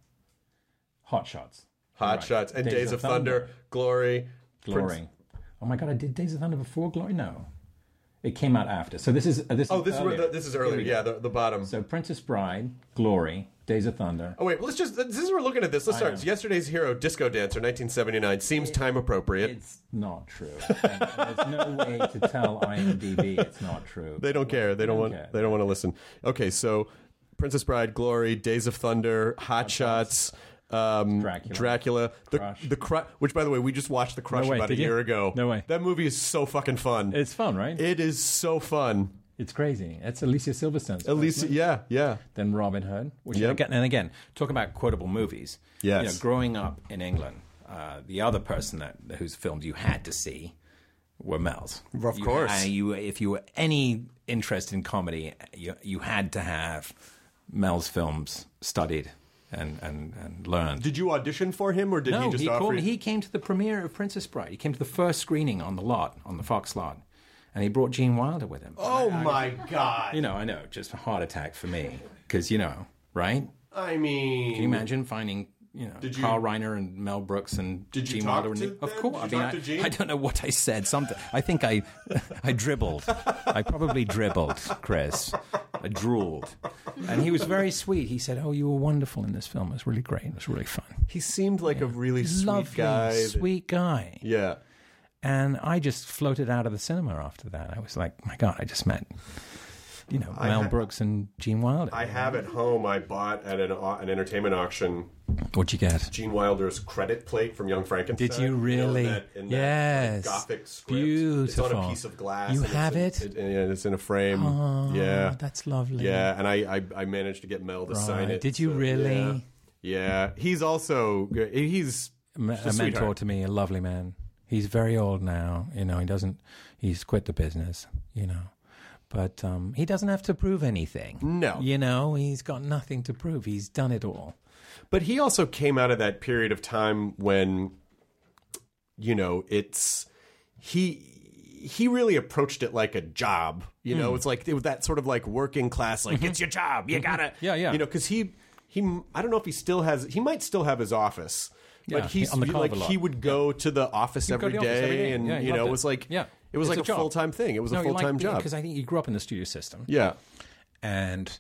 Hot Shots,
Hot
Right.
Shots and Days, of, Thunder, Glory,
Glory.
Prince-
Oh my God, I did Days of Thunder before Glory. No, it came out after. So this is uh, this.
Oh,
is
this is where
earlier.
the, this is earlier.
Here we
Yeah, the, the bottom.
So Princess Bride, Glory, Days of Thunder.
Oh wait, let's just this is we're looking at this. Let's start. Yesterday's hero, Disco Dancer, 1979, seems time appropriate.
It's not true. And- and There's no way to tell IMDb it's not true.
they don't care. They don't want.
care.
They don't want to listen. Okay, so Princess Bride, Glory, Days of Thunder, Hot Shots. Um,
Dracula.
Dracula, the
Crush.
the cru- which by the way we just watched the Crush
No way,
about a
did you?
year ago.
No way.
that movie is so fucking fun.
It's fun, right?
It is so fun.
it's crazy. That's Alicia Silverstone's.
At least, yeah, yeah.
Then Robin Hood. Which
Yep.
again, and again, talk about quotable movies.
Yes.
You know, growing up in England, uh, the other person that whose films you had to see were Mel's.
Of
You-
course.
and you, if you were any interest in comedy, you, you had to have Mel's films studied and, and, and learned.
Did you audition for him, or did
no,
he just offer?
called me.
you-
He came to the premiere of Princess Bride. He came to the first screening on the lot, on the Fox lot, and he brought Gene Wilder with him.
oh my god!
You know, I know, just a heart attack for me. Because, you know, right?
I
Can you
mean,
imagine finding, you know,
you-
Carl Reiner and Mel Brooks and
Did you
Gene
talk
Wilder? And
to
the- of
them?
course.
Did you
I
talk to
mean,
Gene?
I, I don't know what I said. Something. I think I, I dribbled. I probably dribbled, Chris. I drooled. And he was very sweet. He said, Oh, you were wonderful in this film. It was really great. It was really fun.
he seemed like a really sweet
Lovely,
guy. that-
sweet guy.
Yeah.
And I just floated out of the cinema after that. I was like, my God, I just met, you know, Mel Brooks and Gene Wilder.
I have at home. I bought at an, au- an entertainment auction
What'd you get?
Gene Wilder's credit plate from Young Frankenstein.
Did you really?
In that, in that, like,
yes.
Gothic script. It's on a
Beautiful.
piece of glass.
You
and it's
have
in-
it?
it- and it's in a frame. yeah.
Oh, that's lovely.
Yeah, and I, I I managed to get Mel to sign
Right.
it.
Did you really?
Yeah. Yeah. He's also he's
A me- a mentor
sweetheart.
to me, a lovely man. He's very old now. You know, he doesn't, he's quit the business, you know. But um, he doesn't have to prove anything.
No.
You know, he's got nothing to prove. He's done it all.
But he also came out of that period of time when, you know, it's he he really approached it like a job. You
Hmm.
know, it's like it was that sort of like working class, like it's your job, you gotta,
Mm-hmm. Yeah, yeah.
You know, because he he I don't know if he still has he might still have his office,
Yeah,
but he's
on the Carver
like
lot.
he would go to the office
He'd go
every
to the office
day,
every day.
and
Yeah, he
you know,
loved
it
it.
was like
Yeah.
it was
It's a
like a,
job.
full time thing. It was a full time job.
Because I think you grew up in the studio system.
yeah,
And,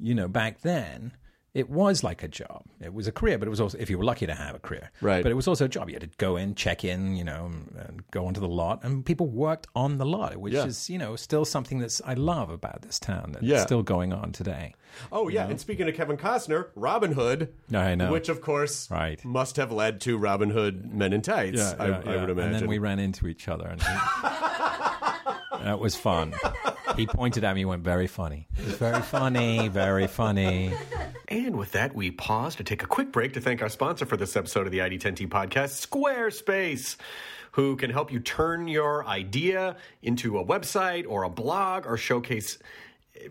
you know, back then, it was like a job. It was a career, but it was also, if you were lucky to have a career.
Right.
But it was also a job. You had to go in, check in, you know, and go onto the lot. And people worked on the lot, which
Yeah.
is, you know, still something that's I love about this town that's
Yeah.
still going on today.
Oh yeah, and speaking of Kevin Costner, Robin Hood,
I know.
which of course
Right.
must have led to Robin Hood Men in Tights. I, I would imagine.
And then we ran into each other. And that was fun. He pointed at me, went, very funny. It was very funny, very funny.
And with that, we pause to take a quick break to thank our sponsor for this episode of the ID10T podcast, Squarespace, who can help you turn your idea into a website or a blog or showcase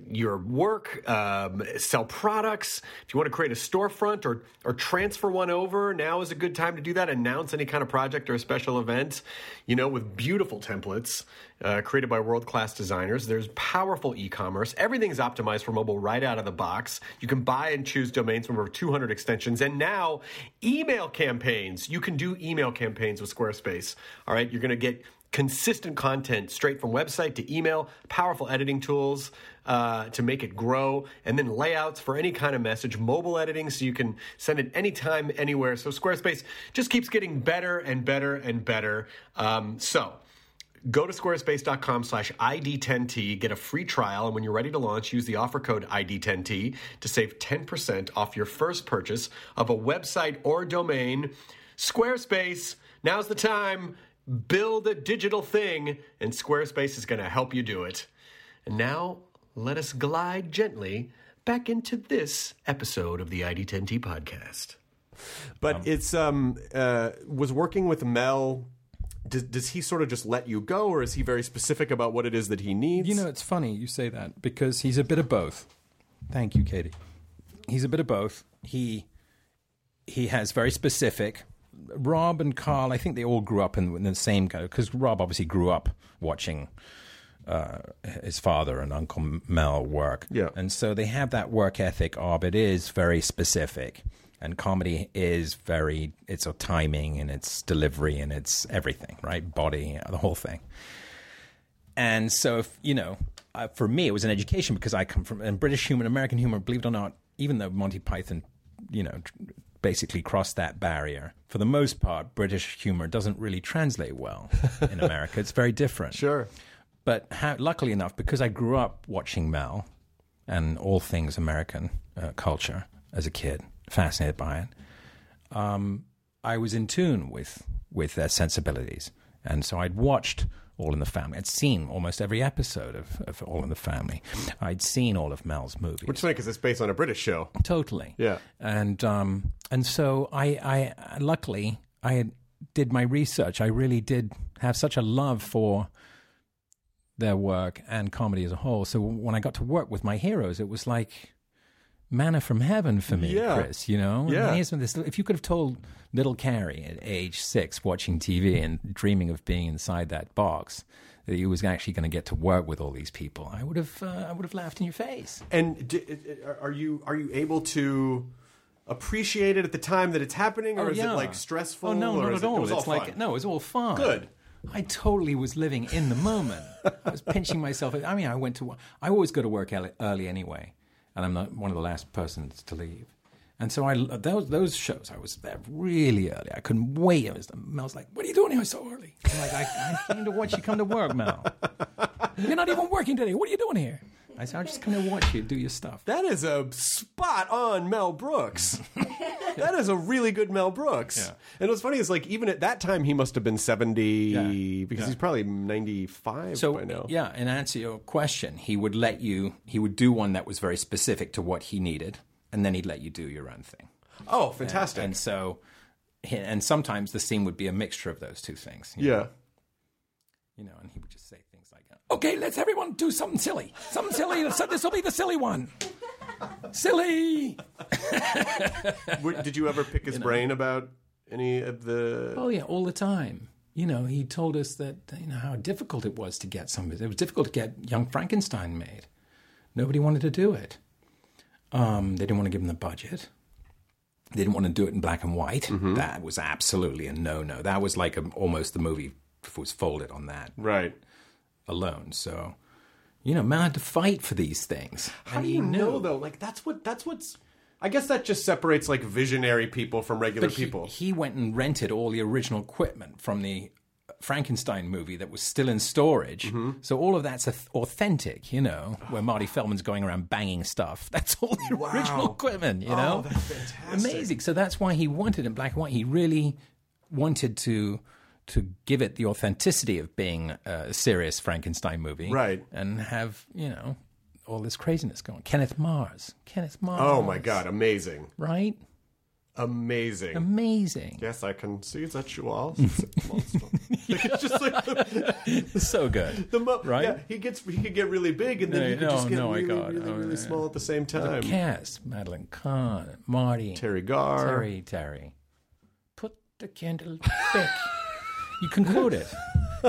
your work, um, sell products. If you want to create a storefront or or transfer one over, now is a good time to do that. Announce any kind of project or a special event, you know, with beautiful templates uh, created by world class designers. There's powerful e commerce. Everything's optimized for mobile right out of the box. You can buy and choose domains from over 200 extensions, and now email campaigns. You can do email campaigns with Squarespace. All right, you're going to get consistent content straight from website to email, powerful editing tools uh, to make it grow, and then layouts for any kind of message, mobile editing so you can send it anytime, anywhere. So Squarespace just keeps getting better and better and better. Um, so go to squarespace.com slash id10t get a free trial and when you're ready to launch use the offer code id10t to save 10% off your first purchase of a website or domain squarespace now's the time build a digital thing and squarespace is going to help you do it and now let us glide gently back into this episode of the id10t podcast but it's um uh was working with mel does, does he sort of just let you go or is he very specific about what it is that he needs
You know, it's funny you say that because he's a bit of both. Thank you, Katie. He's a bit of both. He he has very specific. Rob and Carl, I think they all grew up in, in the same kind because Rob obviously grew up watching uh, his father and Uncle Mel work.
Yeah.
And so they have that work ethic of it is very specific. And comedy is very, it's a timing and it's delivery and it's everything, right? Body, the whole thing. And so, if, you know, uh, for me, it was an education because I come from, and British humor and American humor, believe it or not, even though Monty Python, you know, tr- basically crossed that barrier, for the most part, British humor doesn't really translate well in America. It's very different.
Sure.
But how, luckily enough, because I grew up watching Mel and all things American uh, culture as a kid, fascinated by it, um, I was in tune with with their sensibilities, and so I'd watched All in the Family. I'd seen almost every episode of, of All in the Family. I'd seen all of Mel's movies.
Which is funny because it's based on a British show.
Totally.
Yeah.
And um and so I I luckily I had- did my research. I really did have such a love for their work and comedy as a whole. So when I got to work with my heroes, it was like manna from heaven for me,
Yeah.
Chris. You know, And
Yeah.
here's this. If you could have told little Carrie at age six, watching TV and dreaming of being inside that box, that he was actually going to get to work with all these people, I would have uh, I would have laughed in your face.
And d- i- i- are you are you able to appreciate it at the time that it's happening, or
Oh,
is
yeah.
it like stressful?
Oh no,
or
not
is
at
it-
all.
It was
it's
all
like
fun?
no, it's all fun.
Good.
I totally was living in the moment. I was pinching myself. I mean, I went to. wo- I always go to work early, early anyway, and I'm not one of the last persons to leave. And so I those those shows I was there really early. I couldn't wait. I was, Mel's like, "What are you doing here so early?" I'm like, I, "I came to watch you come to work, Mel. You're not even working today. What are you doing here?" I said, "I'm just come to watch you do your stuff."
That is a spot on Mel Brooks. that is a really good Mel Brooks.
Yeah.
And what's funny is like even at that time he must have been seventy
Yeah.
because
Yeah.
he's probably ninety five
So
by now.
yeah, in answer to your question, he would let you. He would do one that was very specific to what he needed, and then he'd let you do your own thing.
Oh, fantastic.
And so, and sometimes the scene would be a mixture of those two things. you know?
yeah.
you know, and he would just say things like, "Okay, let's everyone do something silly, something silly. So this will be the silly one, silly."
Were- Did you ever pick his brain about any of the?
Oh yeah, all the time. You know, he told us that you know how difficult it was to get some. It was difficult to get Young Frankenstein made. Nobody wanted to do it. Um, they didn't want to give him the budget. They didn't want to do it in black and white.
Mm-hmm.
That was absolutely a no-no. That was like a, almost the movie was folded on that
Right.
alone. So, you know, man had to fight for these things.
How
And
do
he
you know
knew.
though? Like that's what that's what's. I guess that just separates like visionary people from regular
But he-
people.
He, went and rented all the original equipment from the Frankenstein movie that was still in storage.
Mm-hmm.
So all of that's auth- authentic, you know, where Marty Feldman's going around banging stuff. That's all the original equipment, you know?
Oh, that's fantastic.
Amazing. So that's why he wanted it in black and white. He really wanted to to give it the authenticity of being a serious Frankenstein movie.
Right.
And have, you know, all this craziness going. Kenneth Mars. Kenneth Mars.
oh my god! Amazing,
Right?
amazing.
Amazing.
yes, I can see that you all. like, it's just like the,
So good.
the mo-
Right?
Yeah, he gets he could get really big, and then
No,
he could
no,
just get
no, I
really,
got-
really,
oh,
really
yeah.
small at the same time.
Cass, Madeline Kahn, Marty,
Terry Garr.
Terry, Terry. Put the candle back. you can quote it.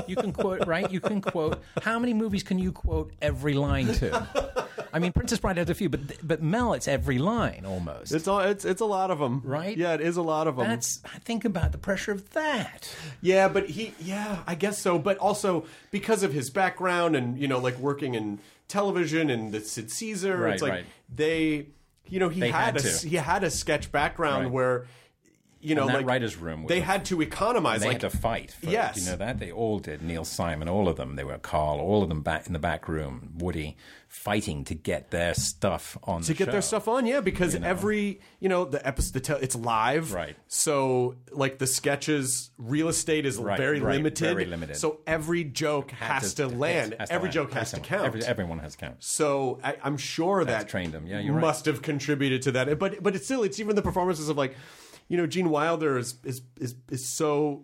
You can quote, right? You can quote. How many movies can you quote every line to? I mean, Princess Bride has a few, but but Mel, it's every line almost.
It's all it's it's a lot of them,
Right?
Yeah, it is a lot of them.
That's think about the pressure of that.
Yeah, but he, yeah, I guess so. But also because of his background and you know, like working in television and the Sid Caesar,
Right,
it's like
right.
they, you know, he
They
had,
had
a
to.
s- he had a sketch background
Right.
where, you know,
And that
like
writer's room was
they
a-
had to economize.
they
like
had to fight. For
Yes.
it. you know that they all did. Neil Simon, all of them. They were Carl, all of them back in the back room. Woody fighting to get their stuff on
to
the
get their
show.
stuff on, yeah, because every you know the episode, the tel it's live,
Right.
So like the sketches, real estate is
Right,
very
right,
limited,
very limited.
So every joke
Had
has to, land.
has to
every
land.
joke has, to count.
Every- everyone has counts.
So I, I'm sure
That's
that
trained him. Yeah, you're right.
must have contributed to that. But but it's still it's even the performances of like, you know, Gene Wilder is is is, is so.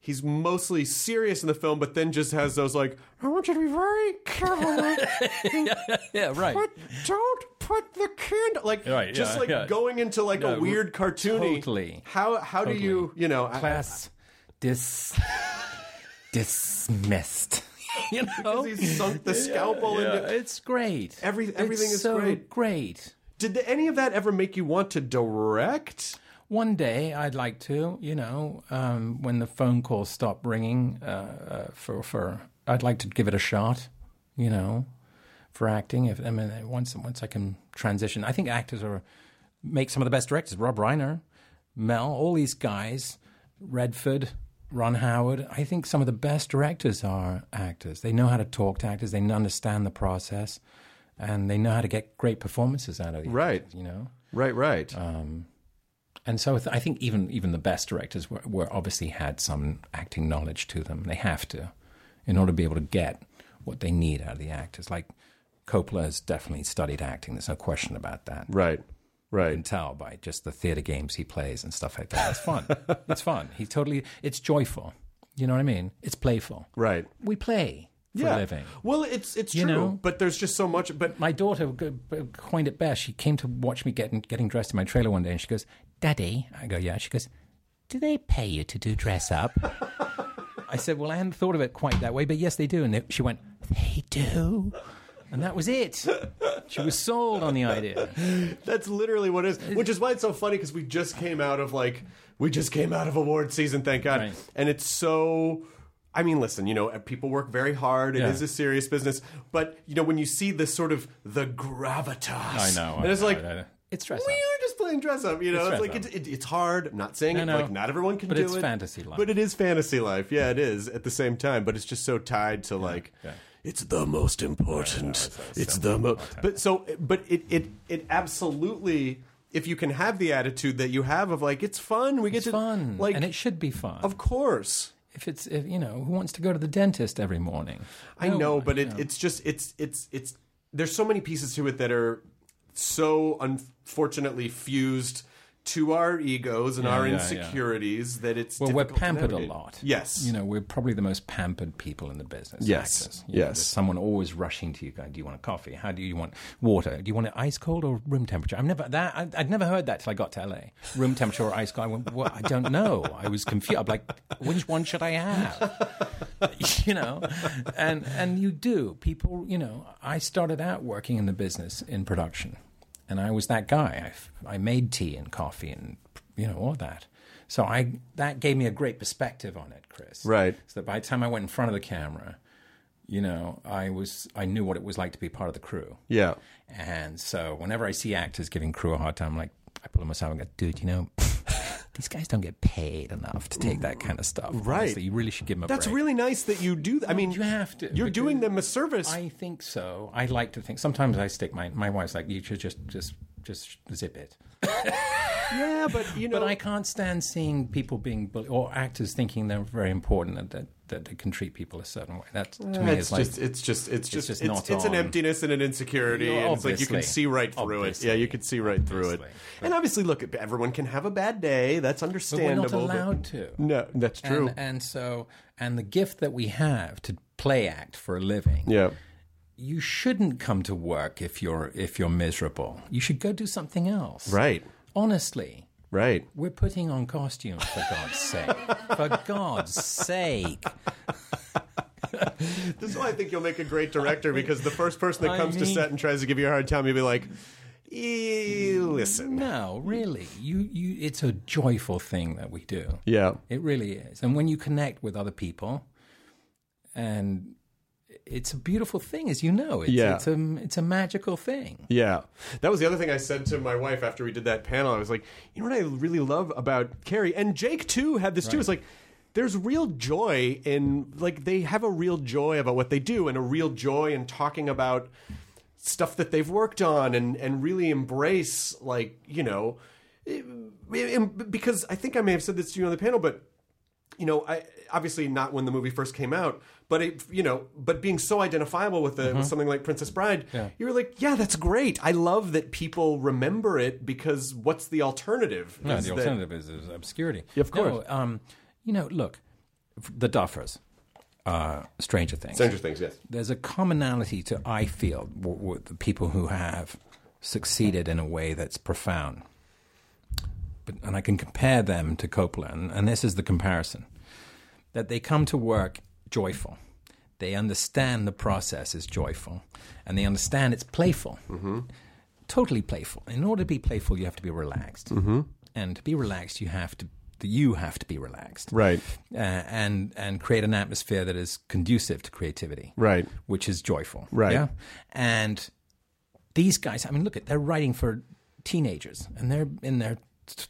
He's mostly serious in the film, but then just has those like, "I want you to be very careful. with-
Yeah, right.
But don't put the candle like
Right,
just
yeah,
like
yeah.
going into like
No,
a weird cartoony.
totally.
How how do you
Totally.
you know I-
Class dis dismissed. you know,
Because he sunk the scalpel
yeah,
into.
it's great.
Every-
It's
everything is
so
great.
Great.
Did the, any of that ever make you want to direct?
One day I'd like to, you know, um, when the phone calls stop ringing, uh, uh, for for I'd like to give it a shot, you know, for acting. If I mean, once once I can transition, I think actors are make some of the best directors. Rob Reiner, Mel, all these guys, Redford, Ron Howard. I think some of the best directors are actors. They know how to talk to actors. They understand the process, and they know how to get great performances out of the
Right.
actors, you know.
Right, right.
Uh, And so I th- I think even even the best directors were, were obviously had some acting knowledge to them. They have to, in order to be able to get what they need out of the actors. Like Coppola has definitely studied acting. There's no question about that.
right.
You
Right.
can tell by just the theater games he plays and stuff like that. It's fun. it's fun. He totally. It's joyful. You know what I mean? It's playful.
Right.
We play for a living.
Well, it's it's true,
You know?
but there's just so much. But
My daughter g- b- coined it best. She came to watch me getting getting dressed in my trailer one day, and she goes, "Daddy," I go, "Yeah." She goes, "Do they pay you to do dress up?" I said, "Well, I hadn't thought of it quite that way, but yes, they do." And they, she went, "They do," and that was it. She was sold on the idea.
That's literally what it is, which is why it's so funny because we just came out of like we just came out of award season, thank God,
Right.
and it's so. I mean, listen, you know, people work very hard. It is
Yeah.
a serious business, but you know, when you see this sort of the gravitas,
I know.
and
I
it's
know,
like
I know. it's
we
dress up.
are just playing dress up. You know, it's,
dress
like
up.
it's, it, it's hard. I'm not saying
I
it
know.
like not everyone can
But
do
it's
it.
fantasy life.
but it is fantasy life. Yeah, it is at the same time, but it's just so tied to like. It's the most important.
uh,
It's the most. But so, but it it it absolutely. If you can have the attitude that you have of like it's fun, we get
It's
to
fun,
Like,
and it should be fun.
of course,
if it's if, you know who wants to go to the dentist every morning?
I know, but it, it's just it's it's it's there's so many pieces to it that are so unfortunately fused to our egos and our
yeah, yeah.
insecurities that it's
Well, we're
difficult to
pampered a
navigate.
lot.
Yes,
You know, we're probably the most pampered people in the business.
Yes.
actors. You know,
Yes.
there's someone always rushing to you going, Do you want a coffee? How do you want water? Do you want it ice cold or room temperature? I've never, that, I, I'd never heard that till I got to LA. Room temperature or ice cold. I went, Well, I don't know. I was confused. I'm like, Which one should I have? you know? And, and you do. People, you know, I started out working in the business in production and I was that guy. I, I made tea and coffee and, you know, all that. So I that gave me a great perspective on it, Chris.
Right.
So that by the time I went in front of the camera, you know, I was I knew what it was like to be part of the crew.
yeah,
And so whenever I see actors giving crew a hard time, like I pull them aside and go, dude, you know, these guys don't get paid enough to take that kind of stuff.
Right.
Honestly, you really should give them a
that's
break.
really nice that you do. That. I mean,
you have to,
You're
because
doing them a service.
I think so. I like to think. Sometimes I stick my my wife's like, you should just just just zip it.
yeah, but you know,
But I can't stand seeing people being bullied or actors thinking they're very important and that, that they can treat people a certain way. That to me
it's
is like
just it's just it's just it's,
just
it's,
not
an
on.
emptiness and an insecurity and it's like you can
Obviously.
see right through it
Obviously.
yeah you can see right through it
Obviously.
and obviously look everyone can have a bad day that's
but we're
understandable
not
but-
allowed to.
no that's true
And, and so, and the gift that we have to play act for a living,
yeah
you shouldn't come to work if you're if you're miserable. You should go do something else.
right
Honestly,
right
we're putting on costumes for God's sake. For God's sake.
this is why I think you'll make a great director because the first person that
I
comes to
mean-
set and tries to give you a hard time you'll be like "Eh, listen
No, really. You you it's a joyful thing that we do.
yeah
It really is. And when you connect with other people, and it's a beautiful thing, as you know. It's,
Yeah.
it's a it's a magical thing.
Yeah. That was the other thing I said to my wife after we did that panel. I was like, you know what I really love about Carrie and Jake too had this too. It's like there's real joy in like they have a real joy about what they do and a real joy in talking about stuff that they've worked on and and really embrace like, you know, eh, em- because I think I may have said this to you on the panel, but you know, I obviously not when the movie first came out, but it, you know, but being so identifiable with, the,
Mm-hmm.
with something like Princess Bride, you were like, yeah, that's great. I love that people remember it because what's the alternative?
No,
Is
the
that-
alternative is, is obscurity.
of course.
No, um, you know, look, f- the Duffers, uh, Stranger Things.
Stranger Things, yes.
There's a commonality to I feel w- w- the people who have succeeded in a way that's profound. But, and I can compare them to Coppola, and, and this is the comparison that they come to work joyful. They understand the process is joyful, and they understand it's playful totally playful. In order to be playful, you have to be relaxed, mm-hmm. and to be relaxed, you have to you have to be relaxed,
Right.
Uh, and and create an atmosphere that is conducive to creativity,
Right.
Which is joyful,
Right.
Yeah, and these guys, I mean, look at they're writing for teenagers and they're in their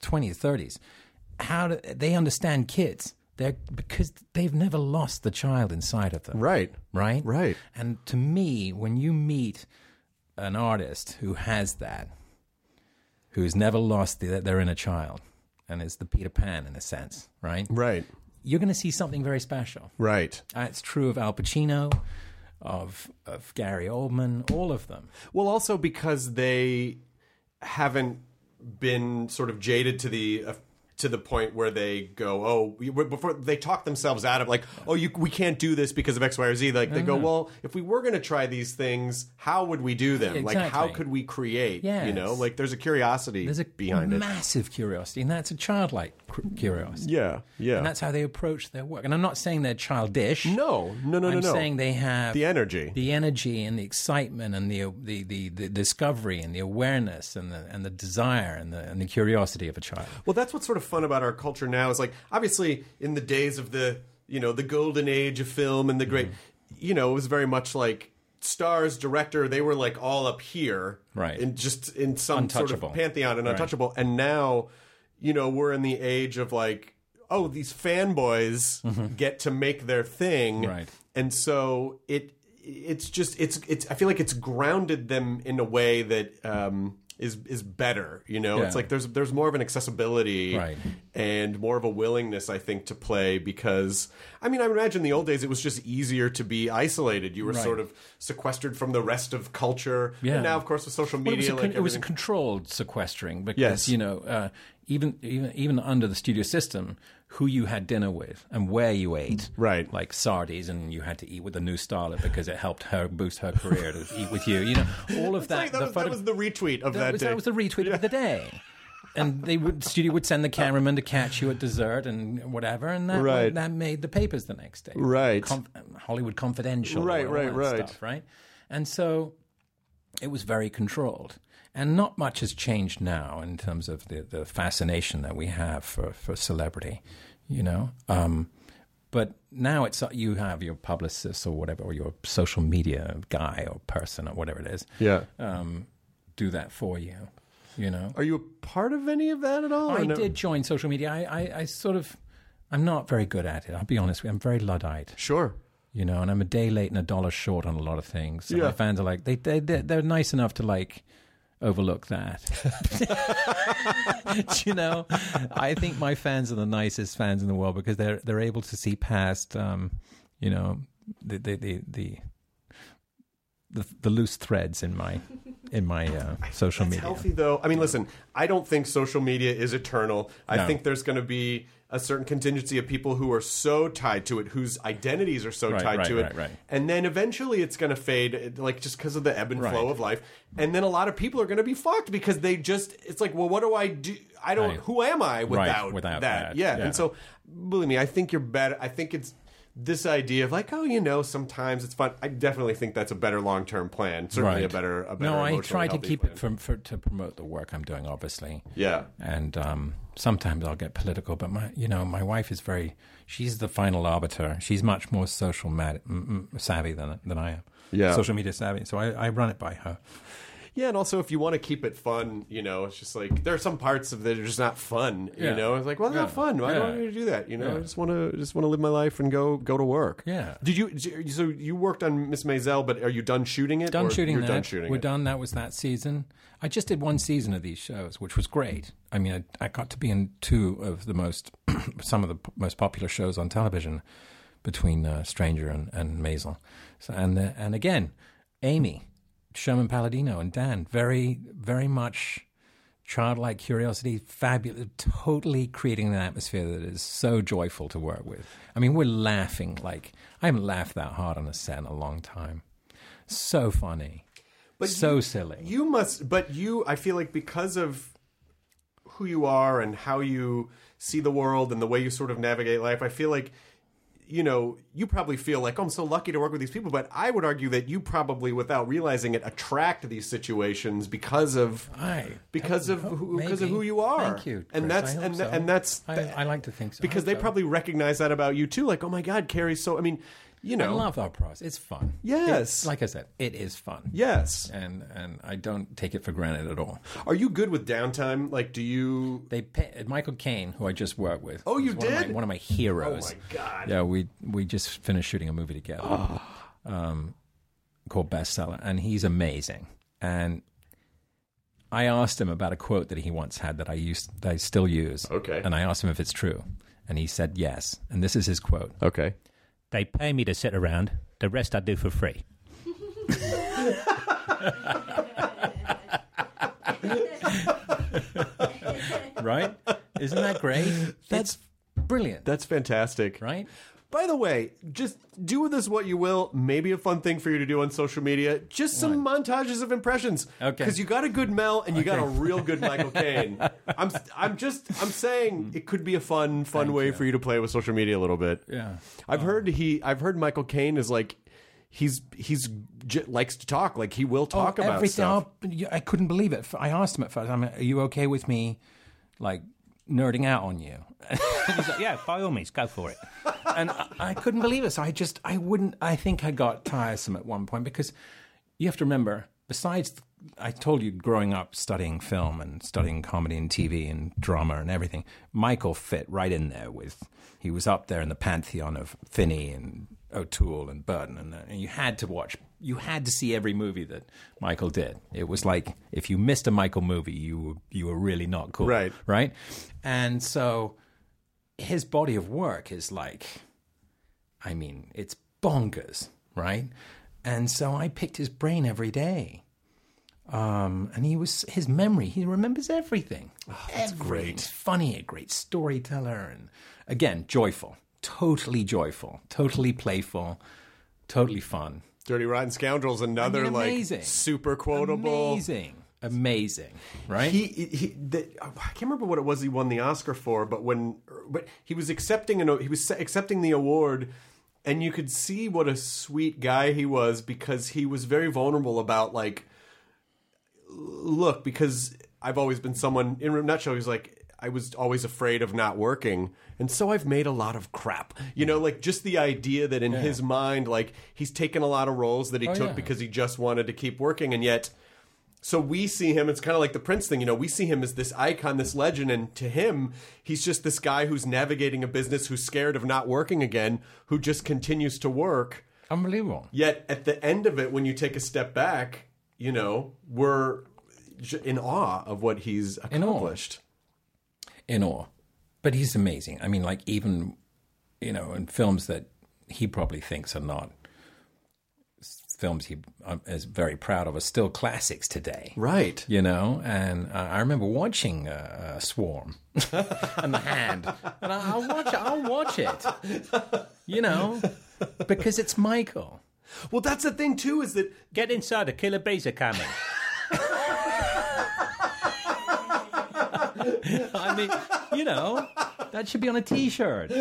twenties, thirties. How do they understand kids? They're because they've never lost the child inside of them.
Right.
Right.
Right.
And to me, when you meet an artist who has that, who's never lost the, their inner child, and is the Peter Pan in a sense, right?
Right.
You're going to see something very special.
Right.
That's Uh, true of Al Pacino, of of Gary Oldman, all of them.
Well, also because they haven't been sort of jaded to the uh, to the point where they go, oh, we- we- before they talk themselves out of like, oh, you, we can't do this because of X, Y, or Z. Like they
Ah.
go, well, if we were going to try these things, how would we do them? Like, how
Exactly.
could we create? You
Yes.
know, like there's a curiosity
There's a
behind it.
massive curiosity, and that's a childlike cur- curiosity.
Yeah, yeah.
And that's how they approach their work. And I'm not saying they're childish.
no, no, no, no,
I'm
no.
saying they have
The energy.
the energy and the excitement and the the, the, the discovery and the awareness and the and the desire and the and the curiosity of a child.
Well, that's what's sort of fun about our culture now is like obviously in the days of the you know the golden age of film and the great
Mm-hmm.
you know it was very much like stars director they were like all up here
Right.
and just in some sort of
Untouchable.
pantheon and untouchable and now you know we're in the age of like oh these fanboys get to make their thing
Mm-hmm. Right.
and so it it's just it's it's I feel like it's grounded them in a way that um is is better you know it's
Yeah.
like there's there's more of an accessibility
Right.
and more of a willingness I think to play because I mean I imagine the old days it was just easier to be isolated you were
Right.
sort of sequestered from the rest of culture
Yeah.
and now of course with social
Well, it was
media
a,
like
con- it was a
everything-
controlled sequestering because
Yes.
you know uh, even even even under the studio system, who you had dinner with and where you ate,
Mm, Right.
Like Sardi's, and you had to eat with a new starlet because it helped her boost her career to eat with you. You know, all of that.
Like, that,
the
was,
photo-
that was the retweet of that,
was,
day
was the retweet of the day. And they would studio would send the cameraman to catch you at dessert and whatever, and that
Right.
that made the papers the next day.
Right.
Conf- Hollywood Confidential,
Right,
all
right,
that
right.
stuff, right. And so it was very controlled, and not much has changed now in terms of the, the fascination that we have for for celebrity, you know. Um, but now it's uh, you have your publicist or whatever, or your social media guy or person or whatever it is,
yeah
um, do that for you. You know,
are you a part of any of that at all uh, or
I
no?
did join social media. I, I, I sort of, I'm not very good at it. I'll be honest with you. I'm very luddite,
sure
you know, and I'm a day late and a dollar short on a lot of things. And
Yeah.
My fans are like, they, they, they're, they're nice enough to like overlook that. Do you know, I think my fans are the nicest fans in the world because they're they're able to see past, um, you know, the the the. the the, the loose threads in my in my uh, social
It's
media.
healthy though. I mean, listen, I don't think social media is eternal. I
No.
think there's going to be a certain contingency of people who are so tied to it, whose identities are so
Right,
tied
right,
to it,
right, right.
and then eventually it's going to fade, like just because of the ebb and
Right.
flow of life. And then a lot of people are going to be fucked because they just it's like, well, what do I do? I don't.
Right.
Who am I without,
without that,
Yeah.
yeah.
and so believe me, I think you're better. I think it's. This idea of like, oh, you know, sometimes it's fun. I definitely think that's a better long term plan. Certainly a better, a better.
no i
emotionally
try to
healthy
keep
plan.
it from for, to promote the work i'm doing obviously
Yeah.
and um sometimes i'll get political but my you know my wife is very she's the final arbiter she's much more social mad, mm, mm, savvy than than i am
Yeah.
social media savvy so i, I run it by her
Yeah, and also if you want to keep it fun, you know, it's just like there are some parts of that are just not fun. You
Yeah.
know, it's like, well, it's not
Yeah.
fun. Why do I
Yeah.
want to do that? You know, I
Yeah.
just want to just want to live my life and go go to work.
Yeah.
Did you? d- So you worked on Miss Maisel, but are you done shooting it?
done
Or
shooting
You're
that
done shooting.
we're
it?
done that was that season i just did one season of these shows which was great i mean i, I got to be in two of the most some of the p- most popular shows on television between uh, stranger and, and maisel so, and uh, and again amy sherman palladino and dan very very much childlike curiosity fabulous totally creating an atmosphere that is so joyful to work with i mean we're laughing like i haven't laughed that hard on a set in a long time so funny,
But
so
you-
silly.
You must, but you, I feel like because of who you are and how you see the world and the way you sort of navigate life, I feel like, you know, you probably feel like, oh, I'm so lucky to work with these people. But I would argue that you probably, without realizing it, attract these situations because of.
I
because of
Oh,
who, because of
maybe.
who you are,
Thank you,
and
Chris.
that's
I hope
and, tha-
so.
and that's
I- I like to think so. I
because
hope
they
so.
probably recognize that about you too. Like, oh my God, Carrie's so. I mean, You know.
I love operas. It's fun.
Yes.
It's- like I said, it is fun.
Yes.
And and I don't take it for granted at all.
Are you good with downtime? Like, do you?
They pay, Michael Caine, who I just worked with.
Oh, you
was One of,
did?
my, one of my heroes.
Oh my God. Ah.
Yeah, we we just finished shooting a movie together, um, called Bestseller, and he's amazing. And I asked him about a quote that he once had that I used that I still use.
Okay.
And I asked him if it's true, and he said yes. And this is his quote:
Okay.
They pay me to sit around. The rest I do for free.
Right? Isn't that great? That's brilliant.
That's fantastic.
right?
By the way, just do with this what you will. Maybe a fun thing for you to do on social media. Just some montages of impressions.
Okay.
Because you got a good Mel and you got a real good Michael Caine. I'm, I'm just, I'm saying it could be a fun, fun way for you to play with social media a little bit.
Yeah. Oh.
I've heard he, I've heard Michael Caine is like, he's, he's j- likes to talk. Like he
Oh,
will talk about
everything.
stuff.
oh, I couldn't believe it. I asked him at first, I'm, "Are you okay with me, like nerding out on you?"
He's like, yeah, by all means, go for it.
and I, I couldn't believe it. So I just, I wouldn't. I think I got tiresome at one point because you have to remember. Besides, I told you growing up studying film and studying comedy and TV and drama and everything. Michael fit right in there with. He was up there in the pantheon of Finney and O'Toole and Burton, and, uh, and you had to watch. You had to see every movie that Michael did. It was like if you missed a Michael movie, you were, you were really not cool,
Right.
Right, and so his body of work is like, I mean, it's bonkers, right? And so I picked his brain every day. Um, and he was his memory. He remembers everything. Oh, that's great. Funny, a great storyteller, and again, joyful, totally joyful, totally playful, totally fun.
Dirty Rotten Scoundrels, another
I mean, amazing.
like super quotable.
amazing, amazing, right?
He he. The, I can't remember what it was he won the Oscar for, but when but he was accepting an he was accepting the award, and you could see what a sweet guy he was because he was very vulnerable about like, look, because I've always been someone in a nutshell. He was like. I was always afraid of not working, and so I've made a lot of crap. You know, like just the idea that in his mind, like he's taken a lot of roles that he took
Oh, yeah.
because he just wanted to keep working, and yet so we see him it's kind of like the prince thing you know we see him as this icon this legend and to him he's just this guy who's navigating a business who's scared of not working again who just continues to work
Unbelievable.
yet at the end of it when you take a step back you know we're j- in awe of what he's
In awe.
accomplished
in awe. But he's amazing. I mean, like even you know, in films that he probably thinks are not films he um, is very proud of are still classics today.
right
You know, and uh, I remember watching uh, uh, Swarm and The Hand, and I, I'll watch it. I'll watch it. You know, because it's Michael.
well that's the thing too is that
Get inside. The killer bees are coming.
I mean, you know, that should be on a T-shirt,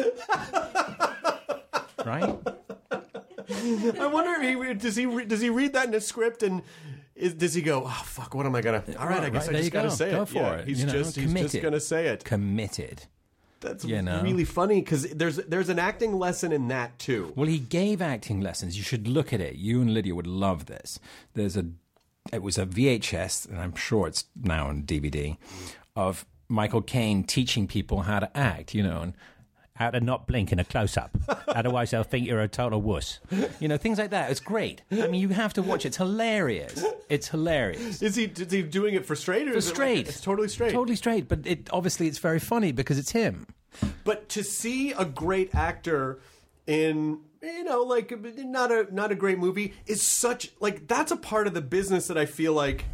right?
i wonder if he re- does he re- does he read that in his script and is, does he go oh fuck what am i gonna all right i guess
Right, there
i
you
just gotta
go.
say
Go
it
for
Yeah,
it,
he's
you know,
just he's just
committed.
gonna say it
Committed.
That's
You know?
really funny because there's there's an acting lesson in that too.
Well, he gave acting lessons. You should look at it. You and Lydia would love this. There's a, it was a VHS, and I'm sure it's now on DVD, of Michael Caine teaching people how to act. You know, and
How to not blink in a close up. Otherwise, they'll think you're a total wuss.
you know things like that. It's great. I mean, you have to watch. it. It's hilarious. It's hilarious.
Is he is he doing it for straight or is
It's
it like-
straight.
it's totally straight.
Totally straight. But it obviously it's very funny because it's him.
But to see a great actor in you know like not a not a great movie is such like that's a part of the business that I feel like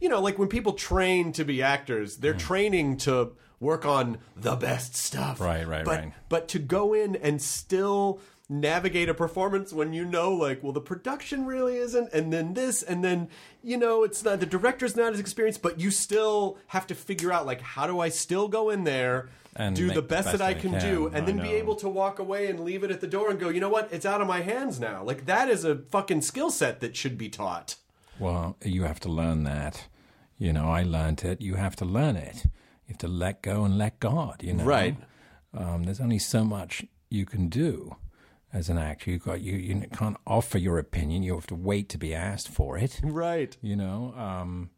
you know like when people train to be actors they're
Hmm.
training to work on the best stuff.
Right, right,
But-
right.
But to go in and still navigate a performance when you know like well the production really isn't and then this and then you know it's not the director's not as experienced but you still have to figure out like how do I still go in there
And
do
make
the best that I can, do
can,
and
I
then be
know.
able to walk away and leave it at the door and go you know what it's out of my hands now like that is a fucking skill set that should be taught
Well, you have to learn that. You know, I learned it. You have to learn it. You have to let go and let God, you know.
Right.
Um, there's only so much you can do. as an actor. You got you you can't offer your opinion. You have to wait to be asked for it.
Right.
You know, um,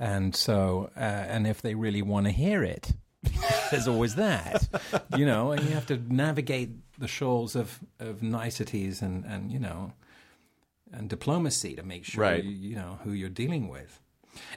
and so uh, and if they really want to hear it, there's always that. You know, and you have to navigate the shoals of of niceties and and you know and diplomacy to make sure
Right.
you, you know who you're dealing with.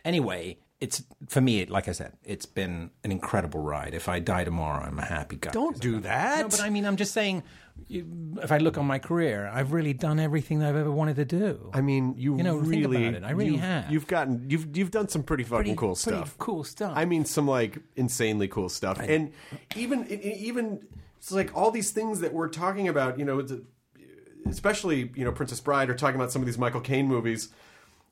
Anyway, it's for me. Like I said, it's been an incredible ride. If I die tomorrow, I'm a happy guy.
Don't do that.
No, but I mean, I'm just saying. you- If I look on my career, I've really done everything that I've ever wanted to do.
I mean, you,
You know, think
really,
about it. I really
you've,
have.
You've gotten, you've you've done some pretty fucking
Pretty-
cool
pretty
stuff.
cool stuff.
I mean, some like insanely cool stuff, and even e- e- even it's like all these things that we're talking about. You know, it's- especially you know Princess Bride or talking about some of these Michael Caine movies.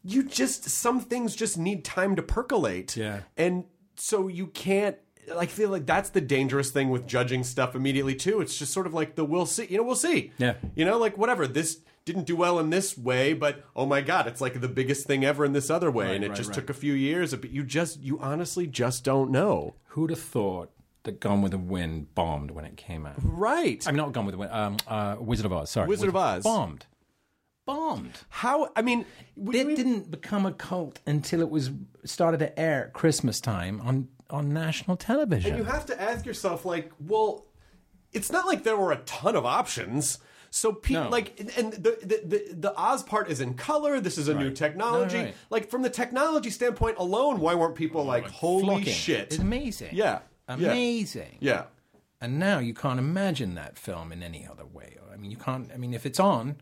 You just some things just need time to percolate.
Yeah.
and so you can't. Like, I feel like that's the dangerous thing with judging stuff immediately too. It's just sort of like the we'll see. You know, we'll see.
Yeah.
You know, like whatever. This didn't do well in this way, but oh my god, it's like the biggest thing ever in this other way, and it just took a few years. But you just, you honestly just don't know,
Who'd have thought that Gone with the Wind bombed when it came out?
right?
I'm not Gone with the Wind. Um, uh, Wizard of Oz. Sorry,
Wizard of Oz.
bombed. Bombed.
How? I mean, we-
It
we-
didn't become a cult until it was started to air at Christmas time on on national television.
And you have to ask yourself, like, well, it's not like there were a ton of options. So, pe-
No.
like, and- and the, the the the Oz part is in color. This is a new technology.
No, right.
Like from the technology standpoint alone, why weren't people like, holy
Flocking.
shit?
It's amazing.
Yeah. Yeah.
Amazing.
Yeah.
And now you can't imagine that film in any other way. I mean, you can't. I mean, if it's on,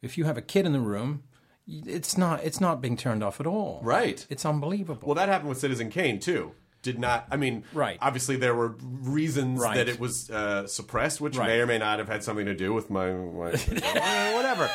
if you have a kid in the room, y- it's not. It's not being turned off at all.
Right.
It's unbelievable.
Well, that happened with Citizen Kane too. Did not. I mean,
Right.
Obviously, there were reasons
Right.
that it was uh, suppressed, which
Right.
may or may not have had something to do with my, my Uh, whatever.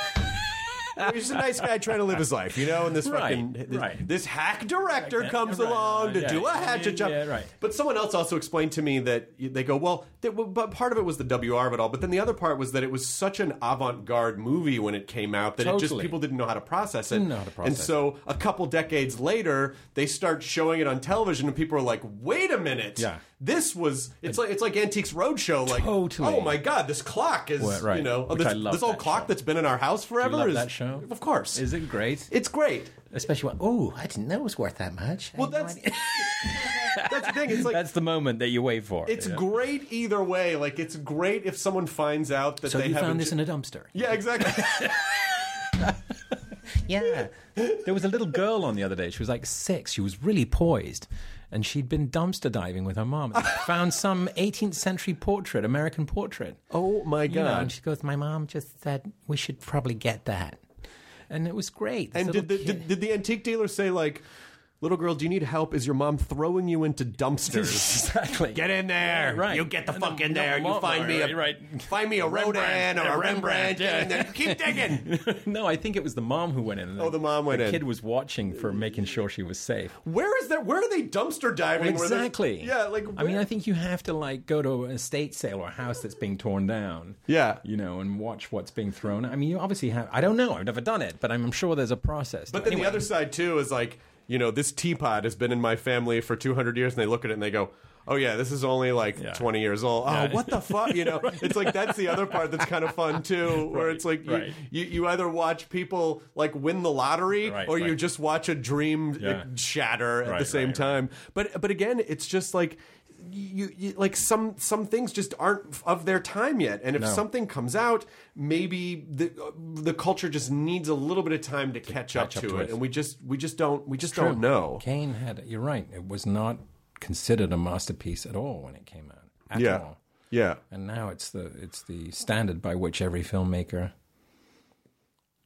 He's a nice guy trying to live his life, you know. And this
Right,
fucking this,
right.
this hack director comes
right,
along to
yeah,
do a
yeah,
hatchet job.
yeah, right.
But someone else also explained to me that they go, well, that, well, but part of it was the WR of it all, but then the other part was that it was such an avant-garde movie when it came out that it just
Totally.
people didn't know how to process it.
Didn't know how to process
and so a couple decades later, they start showing it on television, and people are like, wait a minute,
Yeah.
this was it's like it's like Antiques Roadshow, like
Totally.
oh my god, this clock is
Well, right.
you know oh,
Which
this,
I love
this old
that
clock
show.
that's been in our house forever.
love
is,
that show?
of course,
is it great?
it's great.
Especially when oh, I didn't know it was worth that much.
Well, that's that's the thing. It's like
that's the moment that you wait for.
it's
you know?
great either way. Like it's great if someone finds out that
So
they
you
haven't.
found this in a dumpster.
yeah, exactly.
Yeah. There was a little girl on the other day. She was like six. She was really poised. And she'd been dumpster diving with her mom and found some 18th century portrait, American portrait.
oh my
You know, and she goes, My mom just said we should probably get that. And it was great. This
And
little
did the,
kid-
did, did the antique dealer say like, "Little girl, do you need help? Is your mom throwing you into dumpsters?"
Exactly.
Get in there!
Yeah, right.
You get the
And
fuck
the-
in
the
there. You
lawnmower,
find me a
right.
find me a Rodin
Rembrandt,
or
a
a Rembrandt.
Rembrandt,
Get in
yeah.
there. Keep digging.
no, I think it was the mom who went in.
Oh, the mom went
the
in.
kid was watching for making sure she was safe.
Where is that? Where are they dumpster diving? Where they're-
exactly.
yeah, like
I mean,
where-
I think you have to like go to an estate sale or a house that's being torn down.
Yeah.
you know, and watch what's being thrown. I mean, you obviously have. I don't know. I've never done it, but I'm sure there's a process.
But then
Anyway,
the other side too is like, you know, this teapot has been in my family for 200 years, and they look at it and they go, "Oh yeah, this is only like 20 years old." Oh, what the fuck? You know, it's like that's the other part that's kind of fun too, where it's like you,
right.
you you either watch people like win the lottery,
Right,
or you
right.
just watch a dream
Yeah.
shatter at
Right,
the same
right,
time. But but again, it's just like. You, you like some some things just aren't of their time yet, and if something comes out, maybe the uh, the culture just needs a little bit of time to catch up
up
to
to
it,
it.
and we just we just don't we just don't know.
Kane had. You're right. It was not considered a masterpiece at all when it came out. At
Yeah.
all.
Yeah,
And now it's the it's the standard by which every filmmaker.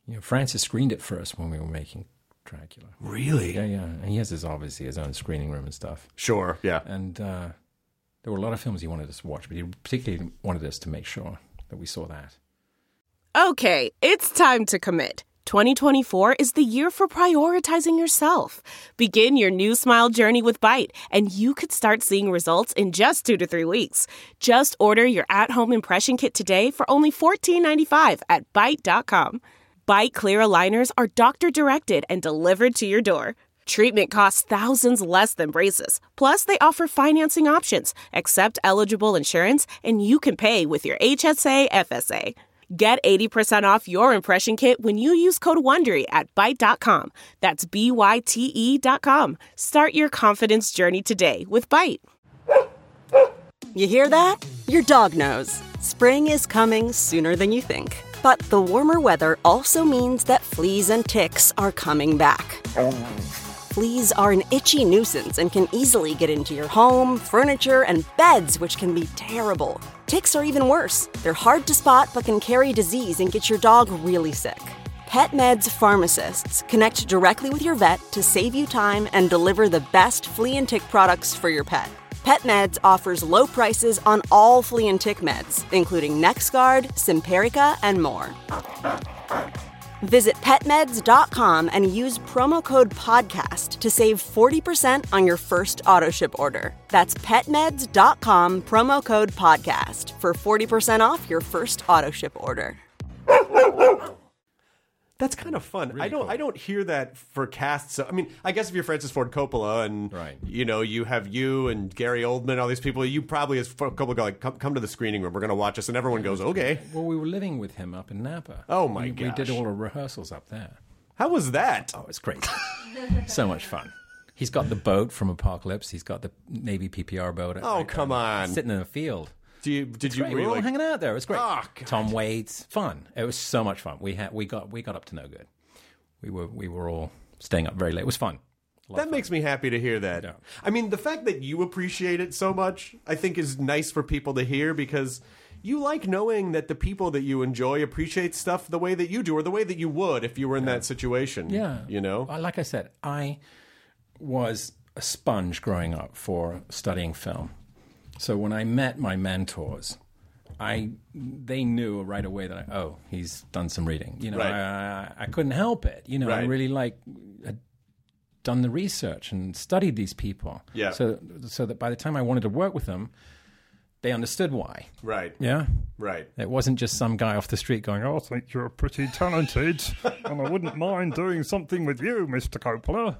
You know, Francis screened it first when we were making Dracula.
really.
Yeah, yeah. And he has his obviously his own screening room and stuff.
Sure. Yeah.
and uh, there were a lot of films he wanted us to watch, but he particularly wanted us to make sure that we saw that.
Okay, it's time to commit. 2024 is the year for prioritizing yourself. Begin your new smile journey with Bite, and you could start seeing results in just two to three weeks. Just order your at home impression kit today for only $14.95 at Bite.com. Bite Clear Aligners are doctor directed and delivered to your door. Treatment costs thousands less than braces. Plus, they offer financing options, accept eligible insurance, and you can pay with your HSA FSA. Get 80% off your impression kit when you use code WONDERY at Byte.com. That's B-Y-T-E E dot com. Start your confidence journey today with Byte.
You hear that? Your dog knows. Spring is coming sooner than you think. But the warmer weather also means that fleas and ticks are coming back. Fleas are an itchy nuisance and can easily get into your home, furniture, and beds, which can be terrible. Ticks are even worse. They're hard to spot but can carry disease and get your dog really sick. PetMeds pharmacists connect directly with your vet to save you time and deliver the best flea and tick products for your pet. PetMeds offers low prices on all flea and tick meds, including NexGard, Simparica, and more. Visit petmeds.com and use promo code podcast to save 40% on your first auto ship order. That's petmeds.com promo code podcast for 40% off your first auto ship order.
That's kind of fun. I don't. I don't hear that for casts. So, I mean, I guess if you're Francis Ford Coppola and
Right.
you know you have you and Gary Oldman, all these people, you probably as Ford Coppola go like come, come to the screening room. We're going to watch this, and everyone goes okay.
Well, we were living with him up in Napa.
Oh, my
we, We
gosh.
did all the rehearsals up there.
How was that?
Oh, it's crazy. so much fun. He's got the boat from Apocalypse. He's got the Navy PPR boat. um,
Oh, come on.
Sitting in a field.
Do you did
It's
you
great.
were
we
you
were all
like-
hanging out there. It was great.
Oh, God.
Tom Waits, fun. It was so much fun. We had we got we got up to no good. We were we were all staying up very late. It was fun.
That makes me happy to hear that. I mean, the fact that you appreciate it so much, I think, is nice for people to hear because you like knowing that the people that you enjoy appreciate stuff the way that you do or the way that you would if you were in that situation.
Yeah,
You know?
I- like I said, I was a sponge growing up for studying film. So when I met my mentors, I they knew right away that I, oh, he's done some reading. You know,
Right.
I, I, I couldn't help it. You know, I
Right.
really like had done the research and studied these people.
Yeah.
So so that by the time I wanted to work with them, they understood why.
Right.
Yeah.
Right.
It wasn't just some guy off the street going, "Oh, thank
think you're pretty talented, and I wouldn't mind doing something with you, Mr. Coppola.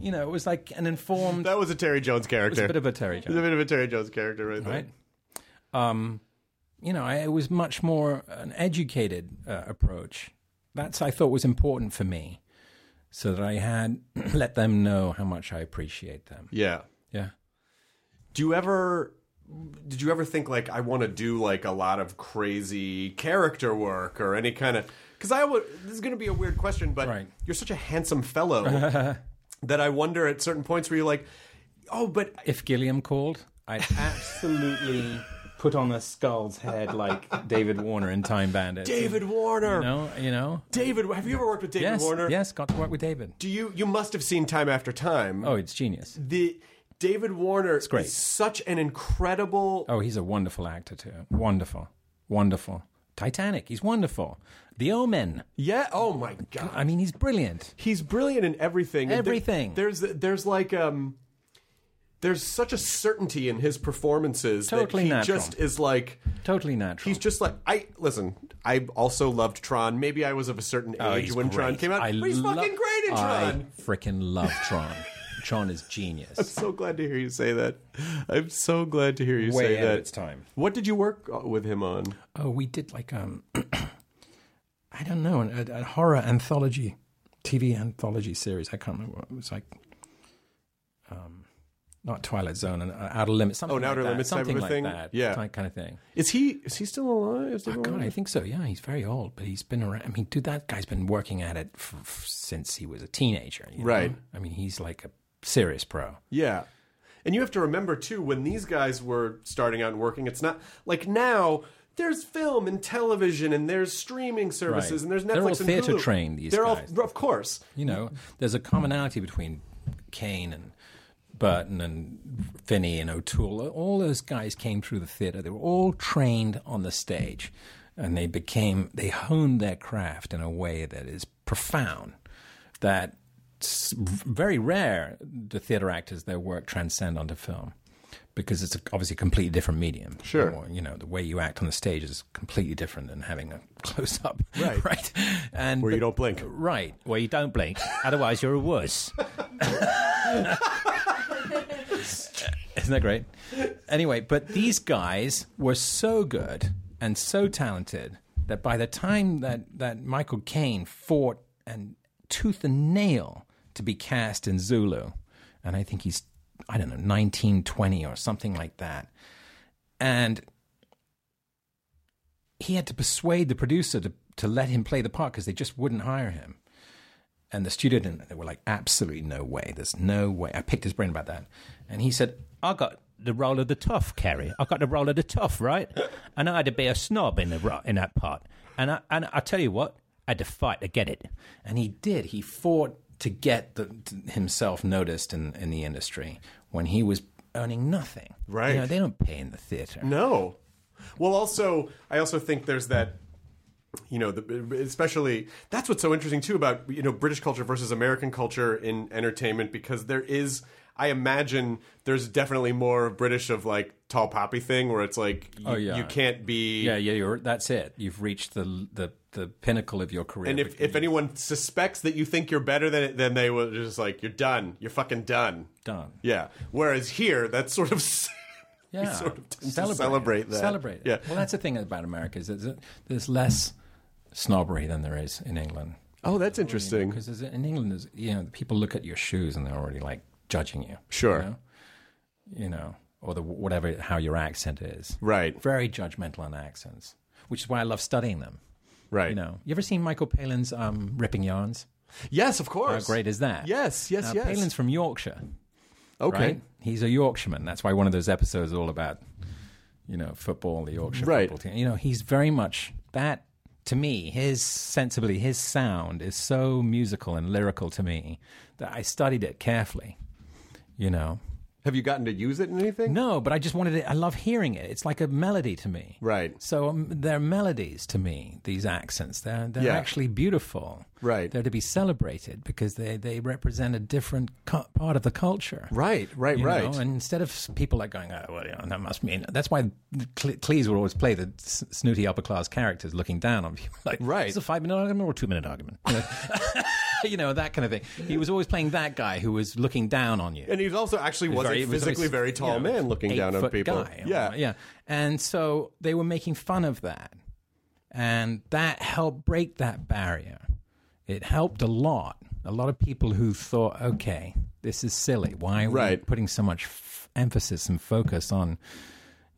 you know." It was like an informed.
That was a Terry Jones
It was
character.
a bit of a Terry
It was a bit of a Terry Jones character right there.
right? Um, you know, I, it was much more an educated uh, approach. That's I thought was important for me, so that I had let them know how much I appreciate them.
Yeah.
Yeah,
Do you ever did you ever think like I want to do like a lot of crazy character work or any kind of cuz I would this is going to be a weird question but
Right.
you're such a handsome fellow that I wonder at certain points where you're like oh but
if Gilliam called, I'd absolutely put on a skull's head like David Warner in Time Bandits.
David Warner
you know, you know.
David have you ever worked with David
yes,
Warner
yes, got to work with David.
do you you must have seen time after time
Oh, it's genius.
the David Warner
great.
is such an incredible
Oh, he's a wonderful actor too. Wonderful, wonderful. Titanic, he's wonderful. The Omen.
yeah oh my god
I mean, he's brilliant.
he's brilliant in everything. And there-
Everything.
there's there's like um there's such a certainty in his performances
Totally
that he
natural.
just is like
Totally natural.
he's just like I listen. I also loved Tron. Maybe I was of a certain age
Oh, he's
Oh, when Tron
great.
came out.
I
but he's
lo-
fucking great in Tron.
I freaking love Tron. Tron is genius.
so glad to hear you say that. I'm so glad to hear you
Way
say
ahead of
that.
its time.
What did you work uh, with him on?
Oh, we did like um, I don't know, an- a, a horror anthology, TV anthology series. I can't remember. What it was like, um, not Twilight Zone and uh, Outer Limits. Something
Oh, an Outer
like
Limits
that,
type
something
of a
like
thing?
that.
Yeah.
that kind of thing.
Is he is he still alive? Is
Oh,
David
God,
Warner?
I think so. Yeah, he's very old, but he's been around. I mean, dude, that guy's been working at it f- f- since he was a teenager. you know?
Right.
I mean, he's like a serious pro.
Yeah. And you have to remember too when these guys were starting out and working, it's not like now there's film and television and there's streaming services
Right.
and there's Netflix
They're all
and
theater
Hulu.
trained, these
They're
guys.
all of course.
You know, there's a commonality between Kane and Burton and Finney and O'Toole. All those guys came through the theater. They were all trained on the stage, and they became they honed their craft in a way that is profound. That very rare the theater actors their work transcend onto film because it's a, obviously a completely different medium. Sure, you know the way you act on the stage is completely different than having a close up, right? right, and
Where you
but-
don't blink.
Uh, right?
Well, you don't blink, otherwise you're a wuss.
Isn't that great? Anyway, but these guys were so good and so talented that by the time that, that Michael Caine fought and tooth and nail to be cast in Zulu, and I think he's, I don't know, 1920 or something like that, and he had to persuade the producer to, to let him play the part because they just wouldn't hire him. And the studio didn't. They were like, absolutely no way. There's no way. I picked his brain about that. And he said,
I got the role of the tough, Carrie. I got the role of the tough, right? And I had to be a snob in the ro- in that part. And I and I tell you what, I had to fight to get it.
and he did. He fought to get the, to himself noticed in, in the industry when he was earning nothing.
Right.
You know, they don't pay in the theater.
No. Well, also, I also think there's that, you know, the, especially that's what's so interesting too about you know British culture versus American culture in entertainment because there is. I imagine there's definitely more British of like tall poppy thing where it's like you,
Oh, yeah.
you can't be
Yeah, yeah, you're, that's it. You've reached the, the the pinnacle of your career.
And if, if anyone suspects that you think you're better than then they will just like you're done. You're fucking done.
Done.
Yeah. Whereas here, that's sort of we
yeah,
sort of tend to celebrate that.
Celebrate. it.
Yeah.
Well, that's the thing about America is that there's less snobbery than there is in England.
Oh, that's interesting.
Because in England, there's, you know, people look at your shoes and they're already like judging you.
Sure.
You know, You know, or the whatever how your accent is.
Right.
Very judgmental on accents, which is why I love studying them.
Right.
You know, you ever seen Michael Palin's um, Ripping Yarns?
Yes, of course.
How great is that?
Yes, yes,
Now,
yes.
Palin's from Yorkshire.
Okay.
right? He's a Yorkshireman. That's why one of those episodes is all about, you know, football, the Yorkshire
Right.
football team. You know, he's very much that to me, his sensibility, his sound is so musical and lyrical to me that I studied it carefully. You know.
Have you gotten to use it in anything?
No, but I just wanted it. I love hearing it. It's like a melody to me.
Right.
So um, they're melodies to me. These accents, they're they're
Yeah.
actually beautiful.
Right.
They're to be celebrated because they they represent a different cu- part of the culture.
Right, right,
You
right.
know, and instead of s- people like going, oh, well, you know, that must mean that's why Cle- Cleese would always play the s- snooty upper class characters looking down on people. Like,
Right.
It's a five minute argument or a two minute argument. You know? You know, that kind of thing. He was always playing that guy who was looking down on you
And he's also actually was
very-
a
he was
physically
always,
very
you
tall
know,
man looking down on
eight-foot
people.
guy.
yeah.
yeah. And so they were making fun of that, and that helped break that barrier. It helped a lot. A lot of people who thought, okay, this is silly. Why are we
Right.
putting so much f- emphasis and focus on?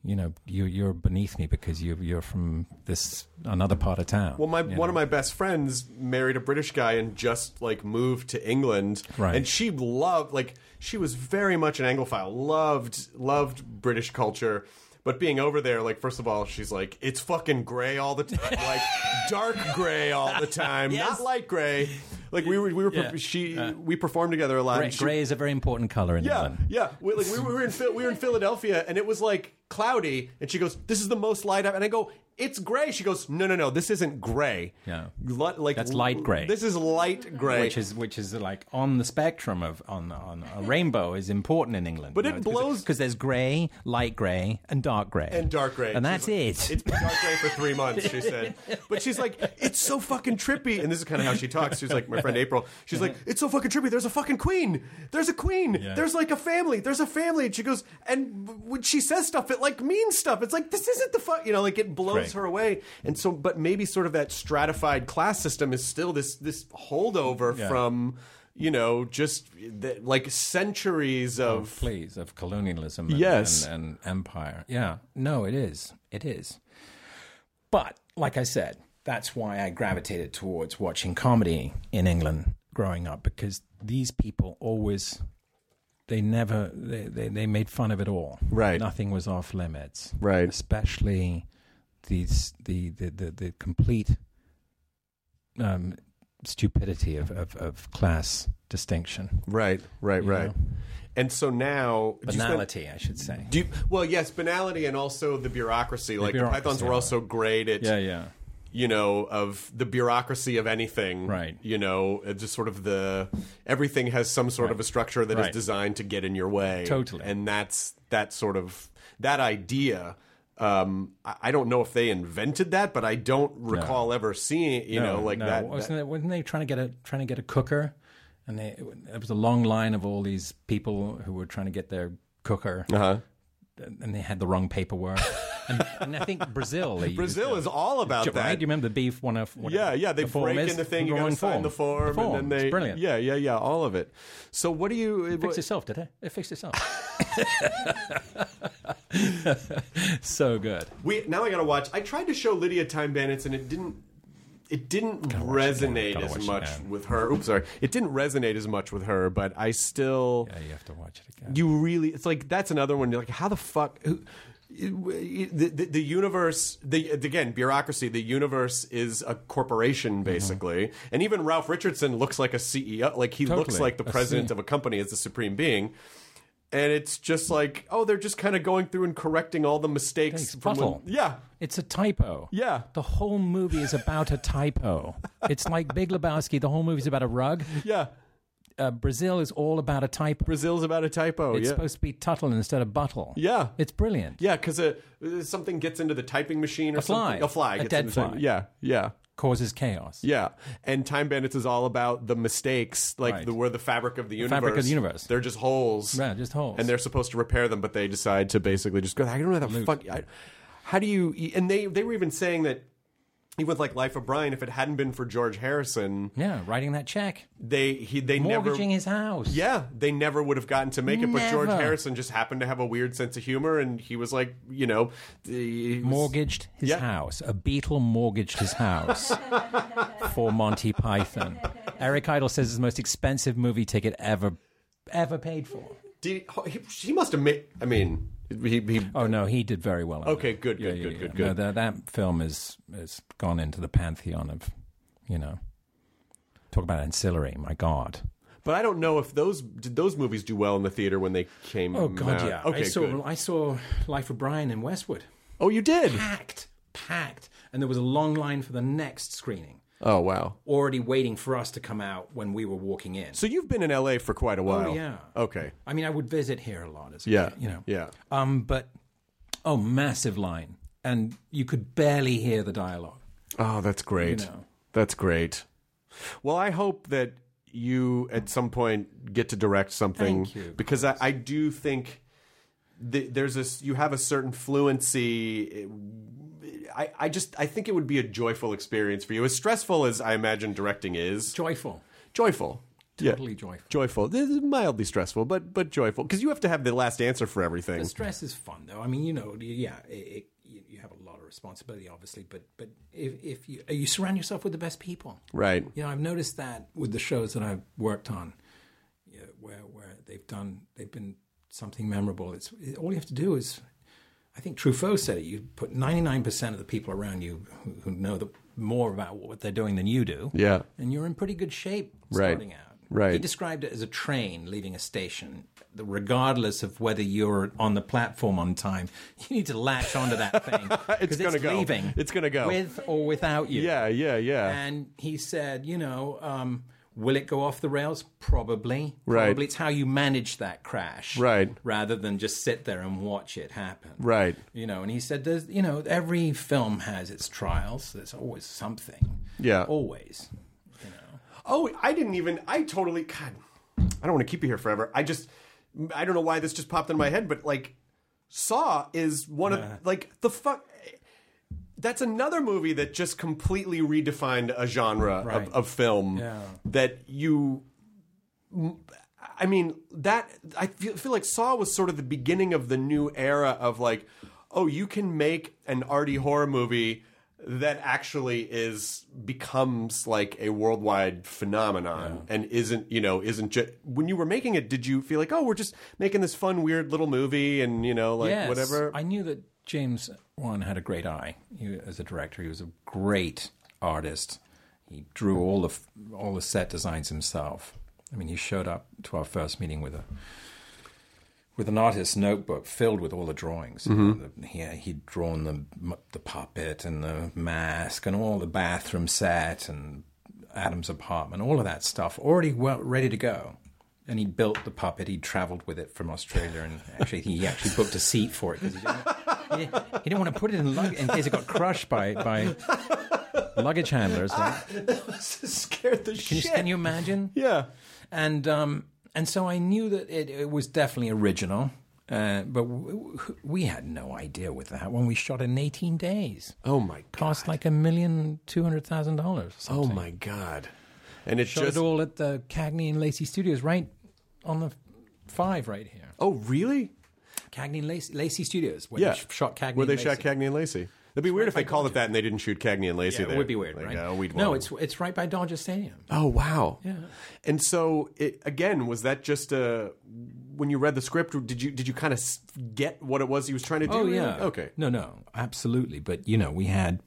You know, you, you're beneath me because you, you're from this another part of town.
Well, my
you
one
know?
of my best friends married a British guy and just like moved to England,
Right.
and she loved like she was very much an Anglophile, loved loved British culture. But being over there, like first of all, she's like it's fucking gray all the time, like dark gray all the time, not light gray. Like we were, we were,
Yeah. Uh,
she, we performed together a lot.
Gray,
and she-
gray is a very important color in
yeah,
England.
yeah. We, like we were, we were in Phil- we were in Philadelphia, and it was like cloudy. And she goes, "This is the most light up." And I go, "It's gray." She goes, "No, no, no. This isn't gray.
Yeah.
Li- like
That's light gray.
This is light gray."
which is which is like on the spectrum of on on a rainbow is important in England.
But it blows-
because there's grey, light grey, and dark grey,
and dark gray,
and
She's
that's
like,
it.
It's been dark gray for three months, she said. But she's like, "It's so fucking trippy." And this is kind of how she talks. She's like, "My friend April." She's like, "It's so fucking trippy. There's a fucking queen. There's a queen. There's like a family. There's a family." And she goes, and when she says stuff, it like means stuff. It's like this isn't the fuck, you know, like it blows
Right.
her away. And so, but maybe sort of that stratified class system is still this this holdover
Yeah.
from. You know, just the, like centuries of
please of colonialism and,
Yes.
and, and empire. Yeah, no, it is, it is. But like I said, that's why I gravitated towards watching comedy in England growing up because these people always. They never they, they, they made fun of it all.
Right.
Nothing was off limits.
Right.
Especially these the the, the, the complete um, stupidity of, of, of class distinction.
Right, right,
You
right.
know?
And so now do you spend-
Banality, I should say.
do you, well, yes, banality and also the bureaucracy. like
bureaucracy,
the Pythons were
yeah.
also great at
Yeah, yeah.
you know of the bureaucracy of anything.
Right.
You know, it's just sort of the everything has some sort of a structure that is
Right.
designed to get in your way.
Totally.
And that's that sort of that idea. Um, I, I don't know if they invented that, but I don't recall ever seeing you know like
no.
that.
Wasn't,
that-
it- wasn't they trying to get a trying to get a cooker? And they, it was a long line of all these people who were trying to get their cooker,
Uh-huh.
and they had the wrong paperwork. And, and I think Brazil. they use
Brazil
them.
is all about
Right?
that.
Do you remember the beef one of
Yeah, yeah. They
the form
break
is?
in the thing. You
wrong
gotta sign the form, and then
It's
they.
brilliant.
Yeah, yeah, yeah. All of it. So what do you?
It fixed itself, did it? It fixed itself. so good.
We now I gotta watch. I tried to show Lydia Time Bandits, and it didn't. It didn't
watch it now.
resonate
Gotta
as
watch it
much
now.
with her. Oops, sorry. It didn't resonate as much with her, but I still.
Yeah, you have to watch it again.
You really. It's like that's another one. You're like, how the fuck? Who, the, the, the universe, the again bureaucracy. The universe is a
Mm-hmm.
corporation basically, and even Ralph Richardson looks like a CEO. Like he looks
Totally. E
like the
I
president
see.
of a company as the supreme being. And it's just like, oh, they're just kind of going through and correcting all the mistakes
Thanks,
from when-
Butthole.
yeah,
It's a typo.
Yeah.
The whole movie is about a typo. it's like Big Lebowski. The whole movie is about a rug.
Yeah.
Uh, Brazil is all about a typo.
Brazil's about a typo. Oh,
it's
yeah.
supposed to be tuttle instead of buttle.
yeah.
It's brilliant.
yeah, because something gets into the typing machine or
A fly.
something. A fly.
A
gets
dead
into the typing-
fly.
Yeah. Yeah.
Causes chaos.
Yeah. And Time Bandits is all about the mistakes, like
Right.
the, where the fabric of the universe.
fabric of the universe.
They're just holes.
Right, just holes.
And they're supposed to repair them, but they decide to basically just go, I don't know how the fuck. I, how do you. And they, they were even saying that. Even with like Life of Brian, if it hadn't been for George Harrison,
Yeah, writing that check.
they he they never
Mortgaging his house.
Yeah, they never would have gotten to make it, but George
Never.
Harrison just happened to have a weird sense of humor, and he was like, you know, the
Mortgaged his
Yeah.
house. A beetle mortgaged his house for Monty Python. Eric Idle says it's the most expensive movie ticket ever ever paid for.
Did, he, he must have made. I mean, he, he
Oh no, he did very well. on
Okay,
that.
good, good, good, good,
No,
good.
that, that film is is gone into the pantheon of, you know, talk about ancillary. My God.
but I don't know if those did those movies do well in the theater when they came.
Oh God,
out?
yeah.
Okay,
I saw
good.
I saw Life of Brian in Westwood.
Oh, you did.
Packed, packed, and there was a long line for the next screening.
Oh wow.
Already waiting for us to come out when we were walking in.
So you've been in L.A. for quite a while.
Oh yeah.
Okay.
I mean, I would visit here a lot as a
Yeah.
kid, you know.
Yeah.
Um, but oh, massive line, and you could barely hear the dialogue.
Oh, that's great.
You know.
That's great. Well, I hope that you at some point get to direct something
Thank you.
because I, I do think th- there's this you have a certain fluency. I, I just I think it would be a joyful experience for you, as stressful as I imagine directing is.
Joyful,
joyful,
totally
yeah.
joyful.
joyful. This is mildly stressful, but but joyful because you have to have the last answer for everything.
The stress is fun, though. I mean, you know, yeah, it, it, you you have a lot of responsibility, obviously, but but if, if you uh, you surround yourself with the best people,
Right.
You know, I've noticed that with the shows that I've worked on, you know, where where they've done they've been something memorable. It's it, all you have to do is, I think Truffaut said it. You put ninety nine percent of the people around you who, who know the, more about what they're doing than you do,
Yeah.
and you're in pretty good shape
Right.
starting out.
Right.
He described it as a train leaving a station. The- Regardless of whether you're on the platform on time, you need to latch onto that thing. 'cause
It's gonna go.
Leaving
It's gonna go.
with or without you.
Yeah, yeah, yeah.
And he said, you know, um, will it go off the rails? Probably.
Right.
Probably. It's how you manage that crash,
Right.
Rather than just sit there and watch it happen,
Right.
You know. And he said, there's, you know, every film has its trials. There's always something.
Yeah.
Always.
Oh, I didn't even. I totally. God, I don't want to keep you here forever. I just. I don't know why this just popped in my head, but like, Saw is one of like the fuck. That's another movie that just completely redefined a genre
Right.
of, of film
Yeah.
that you. I mean that I feel, feel like Saw was sort of the beginning of the new era of like, oh, you can make an arty horror movie that actually is becomes like a worldwide phenomenon and isn't you know isn't ju- when you were making it did you feel like oh we're just making this fun weird little movie and you know like
Yes.
whatever
I knew that James Wan had a great eye he, as a director. He was a great artist. He drew all the f- all the set designs himself. I mean, he showed up to our first meeting with a with an artist's notebook filled with all the drawings. you
Mm-hmm.
know, the- he, he'd drawn the m- the puppet and the mask and all the bathroom set and Adam's apartment, all of that stuff already well ready to go. And he built the puppet. He travelled with it from Australia, and actually he actually booked a seat for it because he, didn't- he didn't- he didn't want to put it in luggage in case it got crushed by by luggage handlers. Can
scared the
you,
Ah, shit
can you imagine?
yeah
and um, and so I knew that it, it was definitely original, Uh, but w- w- we had no idea with that when we shot in 18 days.
Oh my god.
Cost like a million two hundred thousand dollars.
Oh my god. And it's
shot
just
it all at the Cagney and Lacey Studios, right on the five, right here.
Oh really?
Cagney and Lacey, Lacey Studios, where
yeah.
they sh- shot Cagney.
Where they
and
shot
Lacey.
Cagney and Lacey. That'd be weird if they called it that and they didn't shoot Cagney and Lacey.
Yeah,
there.
it would be weird,
Like,
right?
oh, we'd
no,
want-
it's it's right by Dodger Stadium.
Oh wow!
Yeah.
And so it, again, was that just a when you read the script? Did you did you kind of get what it was he was trying to do?
Oh yeah.
Okay.
No, no, absolutely. But you know, we had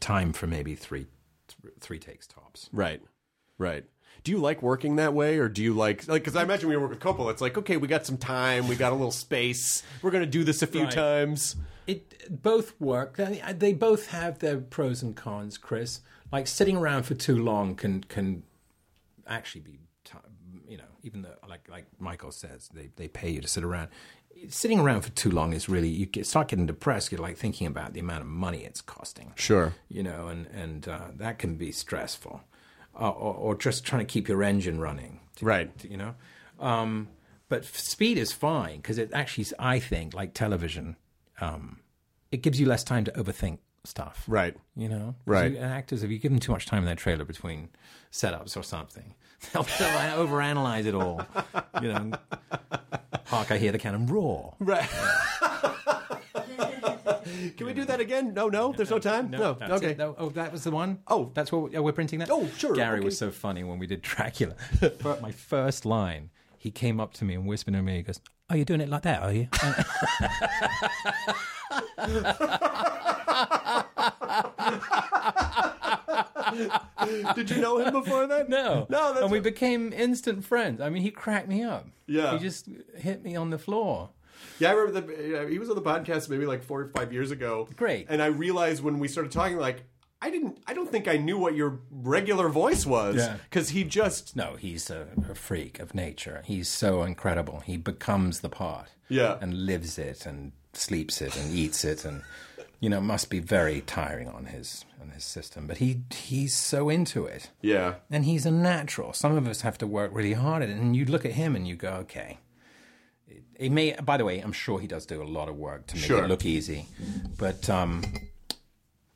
time for maybe three, th- three takes tops.
Right. Right. Do you like working that way, or do you like like? Because I imagine when you work with Coppola, it's like okay, we got some time, we got a little space, we're gonna do this a few
Right.
times.
It both work. They they both have their pros and cons, Chris. Like sitting around for too long can can actually be, ti you know, even though like like Michael says, they they pay you to sit around. Sitting around for too long is really you get, start getting depressed. You're like thinking about the amount of money it's costing.
Sure.
you know, and and uh, that can be stressful, uh, or, or just trying to keep your engine running, to-
Right.
to- you know. Um, but f- speed is fine because it actually, is, I think, like television, um, it gives you less time to overthink stuff.
Right.
You know, 'Cause
Right.
you- and actors, if you give them too much time in their trailer between setups or something, they'll, they'll overanalyze it all. You know, hark! I hear the cannon roar.
Right. Can we do that again? No, no. There's no time. No.
that's
okay.
it. No, Oh, that was the one.
Oh.
that's what we- oh, we're printing that.
Oh, sure,
Gary
okay.
was so funny when we did Dracula. But my first line, he came up to me and whispered in my ear, he goes, "Oh, you're doing it like that, are you?"
Did you know him before that?
no,
No. That's
and we became instant friends. I mean, he cracked me up.
Yeah.
he just hit me on the floor.
Yeah, I remember that uh, he was on the podcast maybe like four or five years ago.
Great.
And I realized when we started talking, like, I didn't, I don't think I knew what your regular voice was
Yeah.
because he just,
No, he's a, a freak of nature. He's so incredible. He becomes the part.
Yeah.
And lives it and sleeps it and eats it and you know, must be very tiring on his on his system. But he he's so into it.
yeah,
And he's a natural. Some of us have to work really hard at it. And you look at him and you go, okay. It, it may by the way, I'm sure he does do a lot of work to make
Sure.
it look easy. But um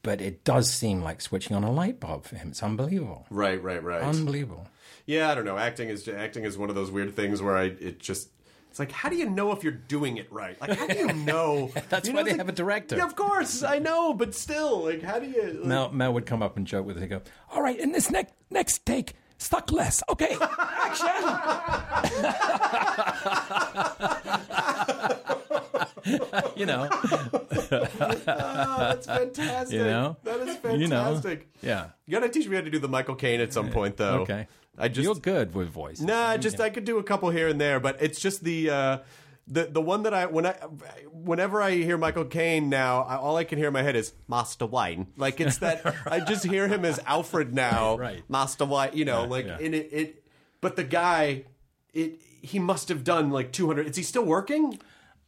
but it does seem like switching on a light bulb for him. It's unbelievable.
right, right, right.
Unbelievable.
yeah, I don't know. Acting is acting is one of those weird things where I it just. It's like, how do you know if you're doing it right? Like, how do you know?
That's
You
why
know,
they
it's
have a
like-
director.
Yeah, of course, I know, but still, like, how do you? like-
Mel, Mel would come up and joke with it. He'd go, "All right, in this next next take, stuck less. Okay, action." you know,
Oh, that's fantastic.
you know,
that is
You know.
fantastic.
yeah.
You gotta teach me how to do the Michael Caine at some point, though.
Okay,
I just
you're good with voice.
No, I just I could do a couple here and there, but it's just the uh, the the one that I when I whenever I hear Michael Caine now, I, all I can hear in my head is Master Wine. Like it's that I just hear him as Alfred now,
Right.
Master Wine. You know, like
yeah.
and it, it. But the guy, it he must have done like two hundred. Is he still working?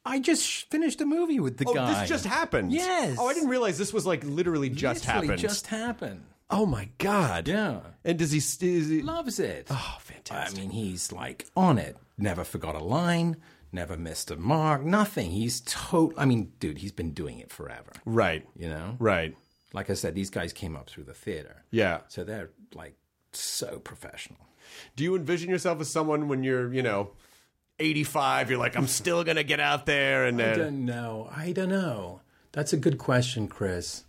I just sh- finished a movie with the
Oh,
guy.
this just happened.
Yes.
Oh, I didn't realize this was like literally just
Literally
happened.
Just happened.
oh my god.
Yeah,
And does he? st- Is he
loves it.
oh, fantastic.
I mean, he's like on it. Never forgot a line. Never missed a mark. Nothing. He's total. I mean, dude, he's been doing it forever.
right.
You know,
Right.
like I said, these guys came up through the theater.
Yeah.
So they're like so professional.
Do you envision yourself as someone when you're, you know, 85, you're like, I'm still going to get out there and
I
uh,
don't know. I don't know. That's a good question, Chris.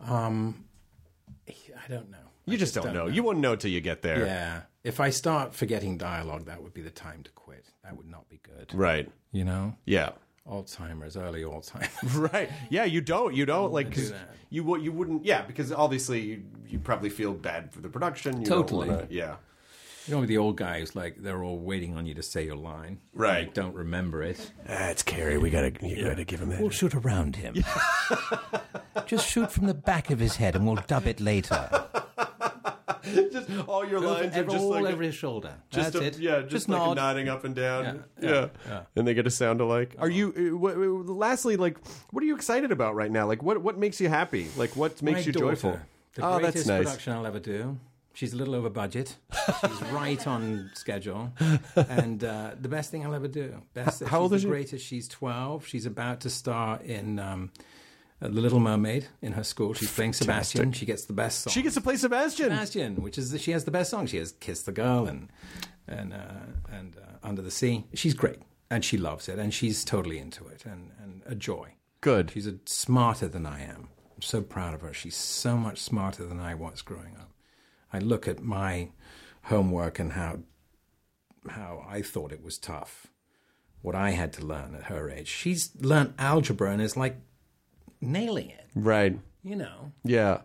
Um, I don't know.
you just don't, know. You won't know till you get there.
Yeah. If I start forgetting dialogue, that would be the time to quit. That would not be good.
Right.
You know,
Yeah.
Alzheimer's, early Alzheimer's.
Right. Yeah, you don't. You don't like cause you wou- you wouldn't. Yeah, because obviously you, you probably feel bad for the production. You don't
Totally.
wanna- yeah.
You know, with the old guys, like they're all waiting on you to say your line.
Right.
You don't remember it.
That's Carrie. We gotta you gotta give him that.
We'll shoot around him. Just shoot from the back of his head and we'll dub it later.
just all your lines are
Ever-
just
all
like
over his shoulder.
just
That's
a-
it.
yeah, just, like
nod.
nodding up and down. Yeah,
Yeah, yeah, Uh-huh.
and they get to sound alike. Are you? uh, What, uh, lastly, like, what are you excited about right now? Like, what what makes you happy? Like, what makes
My
you joyful?
daughter, The
oh, that's
greatest
nice.
production I'll ever do. She's a little over budget. She's right on schedule. And uh, the best thing I'll ever do. Best,
H- how
she's
old
the
is she?
Greatest. She's 12. She's about to star in um, uh, The Little Mermaid in her school. She's playing Sebastian. She gets the best song.
She gets to play Sebastian.
Sebastian, which is she has the best song. She has "Kiss the Girl" and and uh, and uh, "Under the Sea." She's great, and she loves it, and she's totally into it, and and a joy.
Good.
She's a, smarter than I am. I'm so proud of her. She's so much smarter than I was growing up. I look at my homework and how how I thought it was tough. What I had to learn at her age. She's learned algebra and is like nailing it.
Right.
You know.
Yeah.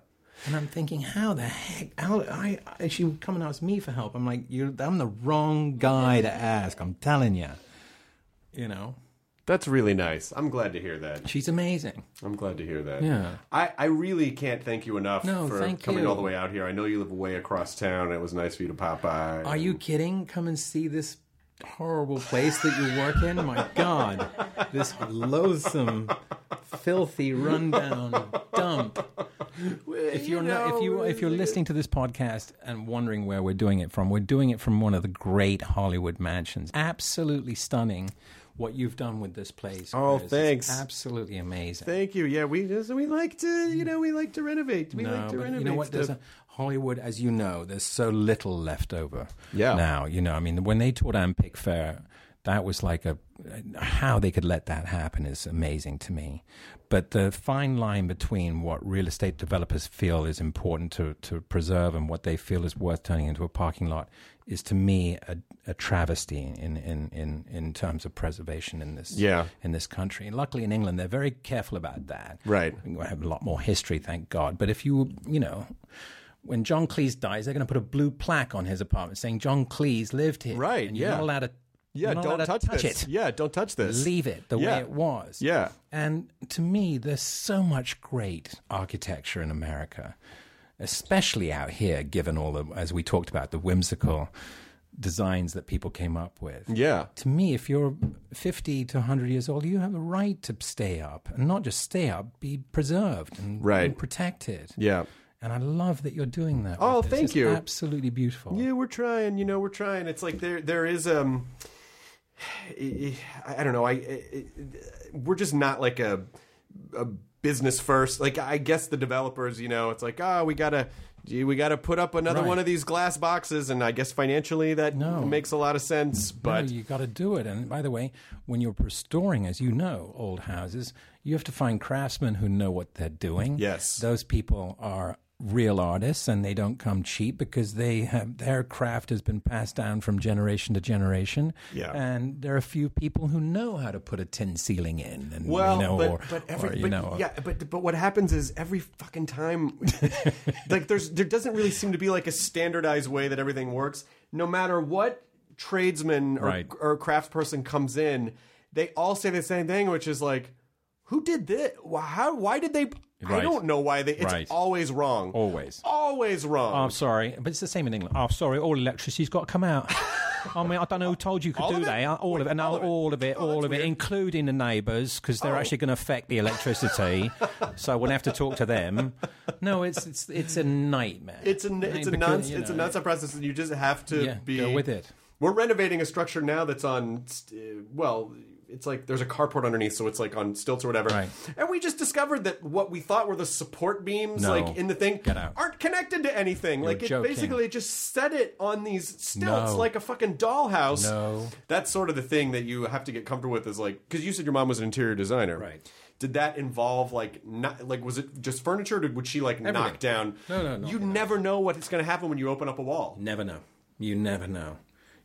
And I'm thinking, how the heck? How, I, I, she would come and ask me for help. I'm like, You're, I'm the wrong guy to ask. I'm telling you. You know,
That's really nice. I'm glad to hear that.
she's amazing.
I'm glad to hear that.
Yeah.
I, I really can't thank you enough
No,
for
thank
coming
you.
all the way out here. I know you live way across town. It was nice for you to pop by.
Are you kidding? Come and see this horrible place that you work in. My God, this loathsome, filthy, rundown dump. If you're not, if you if you're listening to this podcast and wondering where we're doing it from, we're doing it from one of the great Hollywood mansions. Absolutely stunning. What you've done with this place.
Oh,
Chris. It's
thanks.
absolutely amazing.
Thank you. Yeah, we just we like to you know we like to renovate. We like to
but
renovate.
You know what? There's
stuff.
a, Hollywood, as you know, there's so little left over.
Yeah.
Now, you know, I mean, when they tore down Pick Fair, that was like a how they could let that happen is amazing to me. But the fine line between what real estate developers feel is important to, to preserve and what they feel is worth turning into a parking lot is to me a, a travesty in, in, in, in terms of preservation in this
Yeah.
in this country. And luckily in England they're very careful about that.
Right.
We have a lot more history, thank God. But if you, you know, when John Cleese dies, they're going to put a blue plaque on his apartment saying John Cleese lived here.
Right,
And you're
yeah.
not allowed to.
yeah.
you're not
Don't
allowed to
touch, this.
it.
Yeah, don't touch this.
Leave it the
Yeah.
way it was.
Yeah.
And to me, there's so much great architecture in America, especially out here, given all the, as we talked about, the whimsical designs that people came up with
Yeah.
to me, if you're 50 to 100 years old, you have a right to stay up and not just stay up, be preserved and,
Right.
and protected.
Yeah.
And I love that you're doing that.
Oh,
with this.
thank
It's
you.
Absolutely beautiful.
Yeah, we're trying. You know, we're trying. It's like there there is um, I I don't know. I, I we're just not like a a business first. Like I guess the developers, you know, it's like ah, we gotta. gee, We got to put up another
Right.
one of these glass boxes, and I guess financially that
No.
makes a lot of sense. But
No, you got to do it. And by the way, when you're restoring, as you know, old houses, you have to find craftsmen who know what they're doing.
Yes.
those people are real artists, and they don't come cheap because they have their craft has been passed down from generation to generation.
Yeah.
and there are few people who know how to put a tin ceiling in. And,
Well,
you know,
but,
or,
but every,
or, you
but,
know, or-
yeah, but but what happens is every fucking time, like there's there doesn't really seem to be like a standardized way that everything works. No matter what tradesman or,
Right.
or craftsperson comes in, they all say the same thing, which is like, "Who did this? Why? How, why did they? I
Right.
don't know why they. It's
Right.
always wrong.
Always.
always
Oh,
wrong.
I'm sorry, but it's the same in England. Oh, sorry, all electricity's got to come out. I mean, I don't know who told you could
All
do
of it? Oh,
that. Uh, All of it, no, all of it, all of it, including the neighbours, because they're actually going to affect the electricity. so we'll have to talk to them. No, it's it's it's a nightmare.
It's a n-
I mean,
it's a
because,
non
you
it's a
know,
nonstop process, and you just have to
Yeah,
be
go with it.
We're renovating a structure now that's on st- uh, well, it's like there's a carport underneath, so it's like on stilts or whatever.
Right.
And we just discovered that what we thought were the support beams,
No.
like in the thing,
Get out.
aren't connected to anything. like it
joking.
basically just set it on these stilts
No.
like a fucking dollhouse.
No.
That's sort of the thing that you have to get comfortable with is like because you said your mom was an interior designer,
Right.
Did that involve like not like was it just furniture? Or did- would she like knock down?
No, no, no,
You
no.
never know what's going to happen when you open up a wall.
Never know. You never know.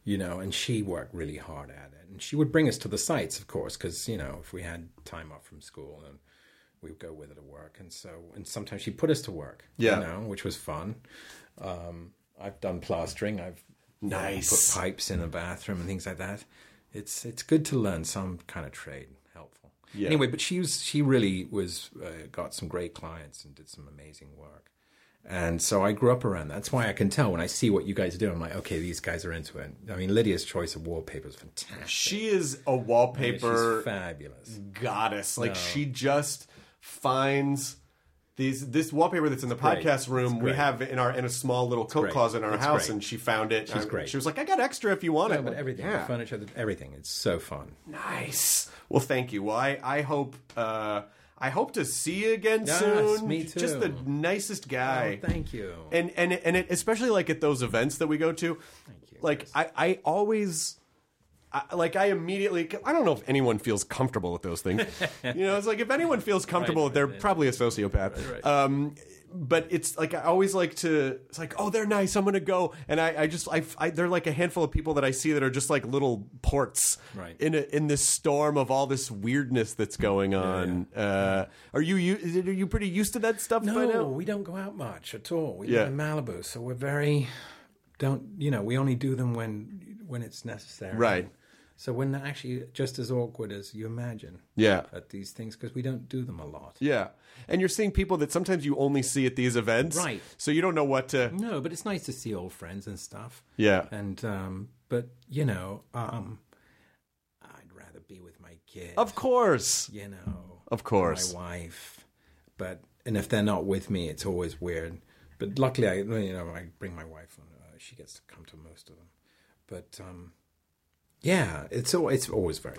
You know, and she worked really hard at it. And she would bring us to the sites, of course, because, you know, if we had time off from school and we would go with her to work. And so, and sometimes she put us to work,
Yeah.
you know, which was fun. Um, I've done plastering. I've
Nice.
put pipes in a bathroom and things like that. It's, it's good to learn some kind of trade. Helpful.
Yeah.
Anyway, but she was, she really was, uh, got some great clients and did some amazing work. And so I grew up around that. That's why I can tell when I see what you guys do. I'm like, okay, these guys are into it. I mean, Lydia's choice of wallpaper is fantastic.
She is a
She's
wallpaper
fabulous.
goddess. Like she just finds These this wallpaper that's in the
great.
podcast room
It's
we
great.
have in our in a small little coat
great.
closet in our
It's
house,
great.
and she found it.
She's
and
great.
She was like, "I got extra if you want
No,
it."
but
Like,
everything,
yeah.
the furniture, the, everything. It's so fun.
Nice. Well, thank you. Well, I, I hope uh, I hope to see you again
Yes,
soon.
me
Just the
too.
nicest guy.
Oh, thank you.
And and and it, especially like at those events that we go to, like I I always. I, like I immediately, I don't know if anyone feels comfortable with those things. you know, it's like if anyone feels comfortable, they're probably a sociopath. Um, but it's like I always like to. It's like, oh, they're nice. I'm gonna go, and I, I just, I, I, they're like a handful of people that I see that are just like little ports,
Right.
In a, in this storm of all this weirdness that's going on. Uh, are you, you, is it- are you pretty used to that stuff by
No,
now?
we don't go out much at all. We
uh, Yeah.
live in Malibu, so we're very don't you know we only do them when when it's necessary.
Right.
So we're not actually just as awkward as you imagine
Yeah.
at these things because we don't do them a lot.
Yeah, and you're seeing people that sometimes you only see at these events,
Right.
So you don't know what to.
No, but it's nice to see old friends and stuff.
Yeah.
And um, but you know, um, I'd rather be with my kid.
Of course.
you know,
Of course.
my wife. But and if they're not with me, it's always weird. But luckily, I you know I bring my wife on. Uh, she gets to come to most of them. But um, yeah, it's al- it's always very.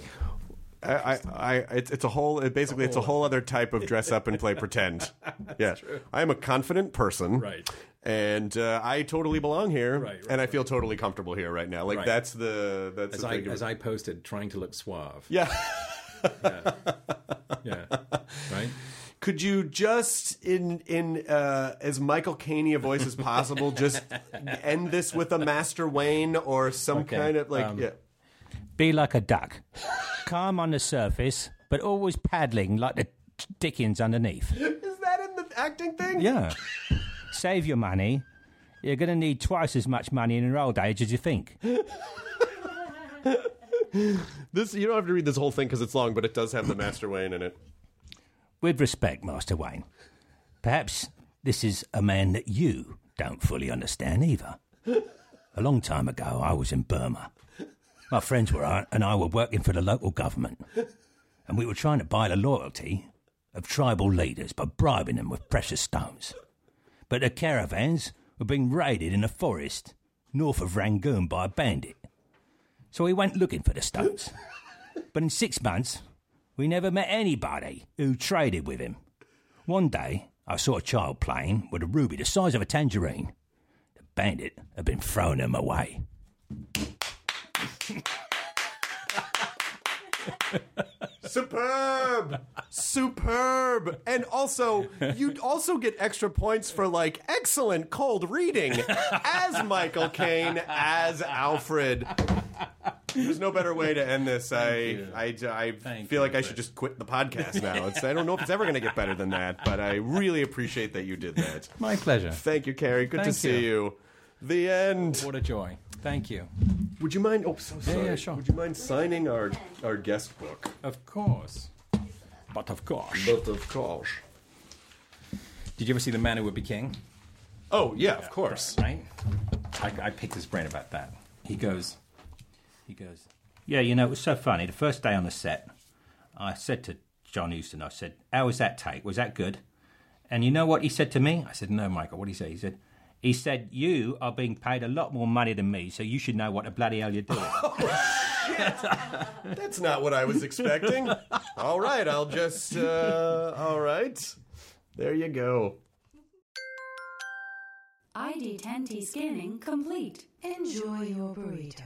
I, I, I it's, it's a whole. It basically, it's a whole other type of dress up and play pretend. yeah, I am a confident person,
Right.
And uh, I totally belong here,
Right, right,
and I feel totally comfortable here right now. Like
Right.
that's the that's
As
the
I
thing.
as I posted, trying to look suave.
yeah.
Yeah, right.
Could you just in in uh, as Michael Caine a voice as possible, just end this with a Master Wayne or some kind of
Um,
like yeah.
Be like a duck, calm on the surface, but always paddling like the dickens underneath.
Is that in the acting thing?
Yeah. Save your money. You're going to need twice as much money in your old age as you think.
This you don't have to read this whole thing because it's long, but it does have the Master Wayne in it.
With respect, Master Wayne, perhaps this is a man that you don't fully understand either. A long time ago, I was in Burma. My friends were I- and I were working for the local government, and we were trying to buy the loyalty of tribal leaders by bribing them with precious stones. But the caravans were being raided in a forest north of Rangoon by a bandit. So we went looking for the stones. But in six months, we never met anybody who traded with him. One day, I saw a child playing with a ruby the size of a tangerine. The bandit had been throwing them away.
Superb, superb, and also you also get extra points for like excellent cold reading as Michael Caine as Alfred. There's no better way to end this. I I, I feel like I should just quit the podcast now. It's, I don't know if it's ever going to get better than that, but I really appreciate that you did that.
My pleasure.
Thank you, Carrie. Good to
Thank
see you. The end.
What a joy. Thank you.
Would you mind? Oh, so sorry.
yeah, sure.
Would you mind signing our our guest book?
Of course. But of course.
But of course.
Did you ever see The Man Who Would Be King?
Oh yeah, of course.
Right? I, I picked his brain about that. He goes, he goes,
Yeah, you know, it was so funny. The first day on the set, I said to John Houston, I said, How was that take? Was that good? And you know what he said to me? I said, No, Michael, what did he say? He said, he said, You are being paid a lot more money than me, so you should know what the bloody hell you're doing.
That's not what I was expecting. all right, I'll just. Uh, all right, there you go.
ID10T scanning complete. Enjoy your burrito.